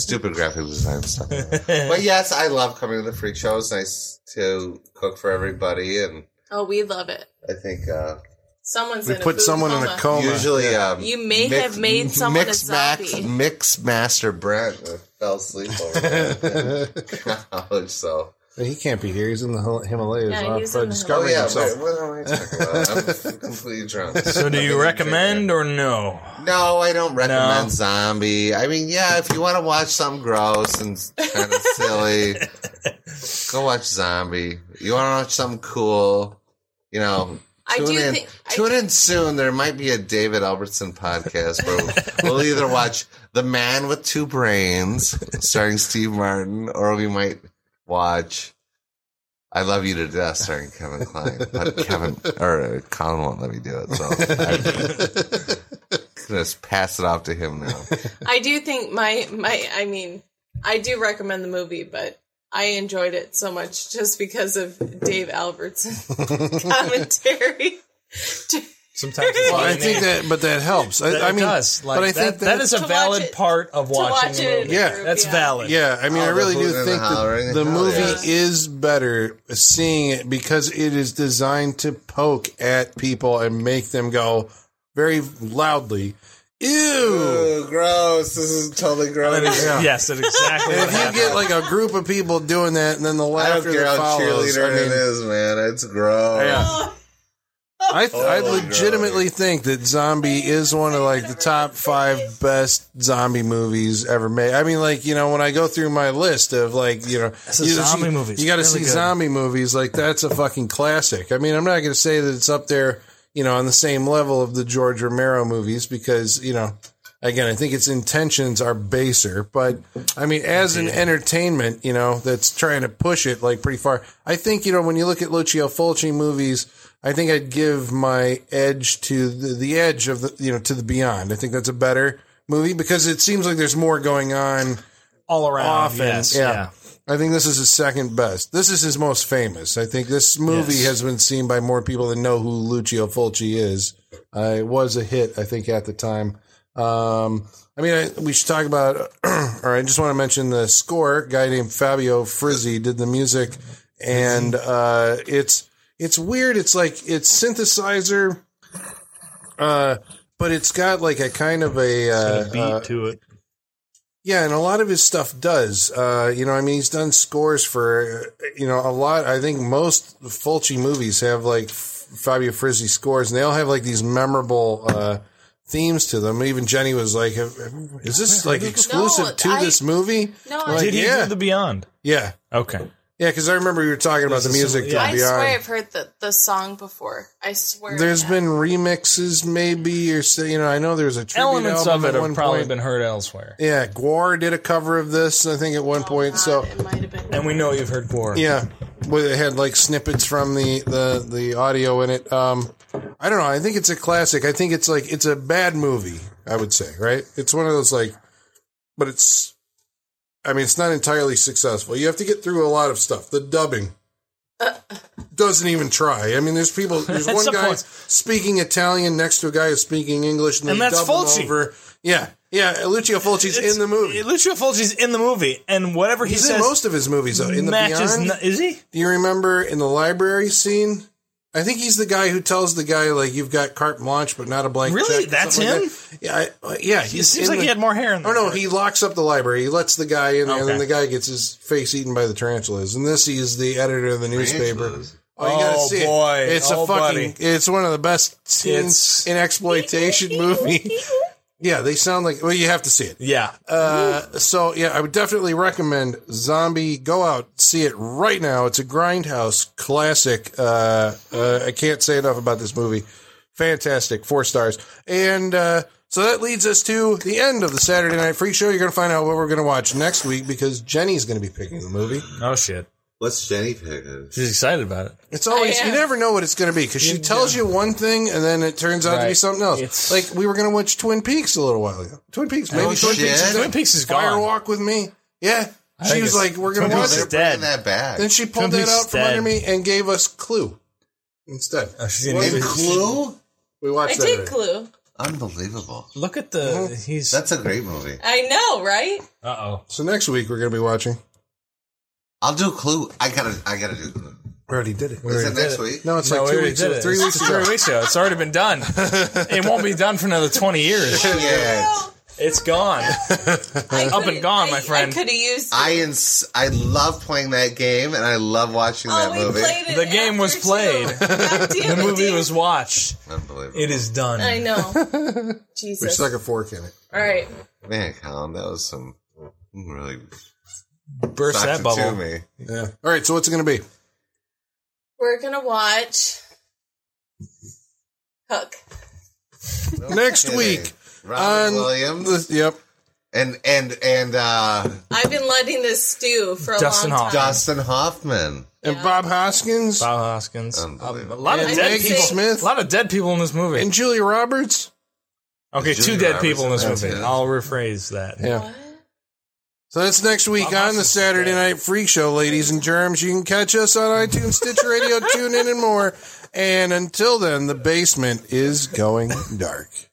E: Stupid graphic design stuff. but yes, I love coming to the freak show. It's nice to cook for everybody, and
D: Oh, we love it.
E: I think uh,
D: Someone's
B: We
D: in a
B: put
D: food
B: someone in a coma.
D: coma.
E: usually um,
D: You may have made someone a
E: mix Max-
D: zombie.
E: mix master Brent uh, fell asleep over there in college. So
B: he can't be here. He's in the Hil- Himalayas.
D: Yeah,
B: off,
D: he's
B: uh,
D: in the
E: oh
B: discovering
E: yeah,
B: himself.
E: what, what am I talking about? I'm completely drunk.
C: So do you recommend or no?
E: No, I don't recommend zombie. I mean, yeah, if you want to watch something gross and kind of silly, go watch zombie. You want to watch something cool, you know.
D: I
E: Tune
D: do
E: in.
D: think- I-
E: tune in soon. There might be a David Albertson podcast where we'll either watch The Man with Two Brains, starring Steve Martin, or we might watch I Love You to Death, starring Kevin Klein. But Kevin or uh, Colin won't let me do it, so I'm gonna just pass it off to him now.
D: I do think my my I mean I do recommend the movie, but I enjoyed it so much just because of Dave Albertson commentary.
C: Sometimes it's
B: Well, I
C: like-
B: think that, but that helps. I,
C: that
B: I
C: it
B: mean,
C: does. Like,
B: but I think
C: that- that is a
D: watch
C: valid
D: it-
C: part of
D: to
C: watching
D: watch
C: the
D: it in
C: movie.
D: a
B: Yeah.
D: group,
C: that's valid.
B: Yeah, I mean,
E: Oh,
B: I
E: the
B: really do
E: hoot and
B: think
E: the hollering.
B: that the
E: Hell
B: movie
E: yeah.
B: is better seeing it because it is designed to poke at people and make them go very loudly, ew.
E: Ooh, gross! This is totally gross.
C: That is-
B: Yeah.
C: Yes, that's exactly what
B: If you
C: happened.
B: get like a group of people doing that and then the
E: I don't
B: laughter
E: care
B: that
E: how
B: follows,
E: cheerleader
B: I mean,
E: it is, man. It's gross.
B: Yeah. I, th- I
E: Oh,
B: legitimately think that Zombie is one of like the top five best zombie movies ever made. I mean, like you know, when I go through my list of like you know,
C: It's a
B: you,
C: zombie
B: you,
C: movie. It's
B: you got to
C: really
B: see
C: good.
B: zombie movies. Like that's a fucking classic. I mean, I'm not going to say that it's up there, you know, on the same level of the George Romero movies because you know, again, I think its intentions are baser. But I mean, as an entertainment, you know, that's trying to push it like pretty far. I think you know when you look at Lucio Fulci movies, I think I'd give my edge to the, the edge of the you know to the beyond. I think that's a better movie because it seems like there's more going on.
C: all around.
B: Often,
C: yes,
B: yeah.
C: yeah.
B: I think this is his second best. This is his most famous. I think this movie
C: Yes.
B: has been seen by more people than know who Lucio Fulci is. Uh, it was a hit, I think, at the time. Um, I mean, I, we should talk about, or I just want to mention the score. A guy named Fabio Frizzi did the music, and uh, it's it's weird. It's like it's synthesizer, uh, but it's got like a kind of a, uh,
C: Beat
B: uh,
C: to it.
B: yeah, and a lot of his stuff does. Uh, you know, I mean, he's done scores for uh, you know a lot. I think most Fulci movies have like F- Fabio Frizzi scores, and they all have like these memorable uh, themes to them. Even Jenny was like, "Have- have- "Is this like exclusive
D: No,
B: to
D: I-
B: this movie?"
D: No,
B: Like,
D: I,
C: Did he
B: yeah,
C: do the Beyond?
B: yeah,
C: Okay.
B: yeah. Because I remember you were talking about the
C: a
B: music.
C: similar-
B: to
C: yeah.
D: I
B: Beyond.
D: swear I've heard the, the song before. I swear.
B: There's
D: I have.
B: been remixes, maybe, or say, you know, I know there's a tribute
C: Elements
B: album
C: of it
B: at one
C: have probably
B: point.
C: been heard elsewhere,
B: Yeah, Guar did a cover of this, I think, at one point.
D: God,
B: so
D: it might have been.
C: and we know you've heard Gore.
B: Yeah, well, it had like snippets from the the the audio in it. Um, I don't know. I think it's a classic. I think it's like it's a bad movie. I would say, right? It's one of those like, but it's. I mean, it's not entirely successful. You have to get through a lot of stuff. The dubbing doesn't even try. I mean, there's people. There's
C: At
B: one
C: some
B: guy
C: point.
B: speaking Italian next to a guy who's speaking English, and, they
C: And that's
B: dub 'em
C: Fulci.
B: over. Yeah, yeah. Lucio Fulci's
C: It's-
B: in the movie.
C: Lucio Fulci's in the movie, and whatever he
B: He's
C: says
B: in most of his movies though. In the
C: matches.
B: Beyond,
C: n- is he?
B: do you remember in the library scene? I think he's the guy who tells the guy like you've got carte blanche, but not a blank.
C: Really?
B: check," or
C: That's
B: something
C: him?
B: Like that. Yeah, I, uh, yeah.
C: It
B: He's
C: seems
B: in
C: like
B: the-
C: he had more hair in the
B: Oh no, he locks up the library. He lets the guy in, there, and then
C: Okay.
B: the guy gets his face eaten by the tarantulas. And this, he's the editor of the newspaper.
E: Tarantulas.
B: Oh, you gotta
G: Oh,
B: see it.
G: boy.
B: It's
G: Oh,
B: a fucking.
G: buddy.
B: It's one of the best scenes
C: It's-
B: in exploitation movie. Yeah, they sound like. Well, you have to see it.
C: Yeah.
B: Uh, so yeah, I would definitely recommend Zombie. Go out, see it right now. It's a grindhouse classic. Uh, uh, I can't say enough about this movie. Fantastic, four stars. And uh, so that leads us to the end of the Saturday Night Freak Show. You're going to find out what we're going to watch next week because Jenny's going to be picking the movie.
C: Oh shit.
E: What's Jenny picking?
C: She's excited about it.
B: It's always
D: I am.
B: you never know what it's going to be because she tells you one thing and then it turns out to be
G: Right.
B: something else.
C: It's-
B: like we were going to watch Twin Peaks a little while ago. Twin Peaks, maybe
E: Oh,
B: Twin
E: shit.
B: Peaks is
E: Twin
B: gone.
C: Peaks is gone.
B: Firewalk with me. Yeah, she
G: think it's-
B: was like, "We're going
C: Twin
B: to
E: No,
B: watch
C: Peaks is
E: they're
B: it."
E: bringing
C: dead.
E: that back.
B: Then she pulled
C: Twin
B: that
C: Peaks
B: out
C: is
B: from
C: dead.
B: under me and gave us Clue instead.
C: Oh, she's gonna
E: and
C: be-
E: Clue?
B: We watched
D: I
B: that.
D: did
B: already.
D: clue.
E: Unbelievable.
C: Look at the. He's. Uh
E: That's a great movie.
D: I know, right?
C: oh.
B: So next week we're going to be watching.
E: I'll do Clue. I gotta, I gotta do Clue.
B: We already did it.
E: Is it next week?
B: No, it's like two weeks, ago, three weeks ago.
G: Three weeks ago. It's already been done. It won't be done for another 20 years.
E: Yeah.
G: It's gone.
D: Up
G: and gone, my friend.
D: I could have used.
E: I ins- I love playing that game, and I love watching
D: oh,
E: that
D: we
E: movie.
D: played it.
G: The game was
D: after,
G: played.
D: too. God damn
G: The
D: it,
G: movie
D: dude.
G: was watched.
E: Unbelievable.
C: It is done.
D: I know.
B: We
D: Jesus.
B: stuck a fork in it.
D: All right.
E: Man, Colin, that was some really
C: Burst
E: sucked
C: that
E: it
C: bubble.
E: to me.
B: Yeah. All right. So what's it going to be?
D: We're gonna watch Hook.
B: Next
E: Kidding.
B: week
E: Robin
B: on
E: Williams
B: the- yep.
E: and and and uh,
D: I've been letting this stew for a
C: Dustin
D: long
C: Hoffman.
D: time.
E: Dustin Hoffman.
B: And Bob Hoskins
C: Bob Hoskins. Um, a
E: Unbelievable.
C: lot of
B: And
C: dead
B: Maggie
C: people.
B: Smith.
C: A lot of dead people in this movie.
B: and Julia Roberts.
C: okay, two
E: Julia
C: dead
E: Roberts
C: people in this
E: in that,
C: movie.
E: yeah.
C: I'll rephrase that.
B: Yeah. So that's next week on the Saturday Night Freak Show, ladies and germs. You can catch us on iTunes, Stitcher Radio, TuneIn, and more. And until then, the basement is going dark.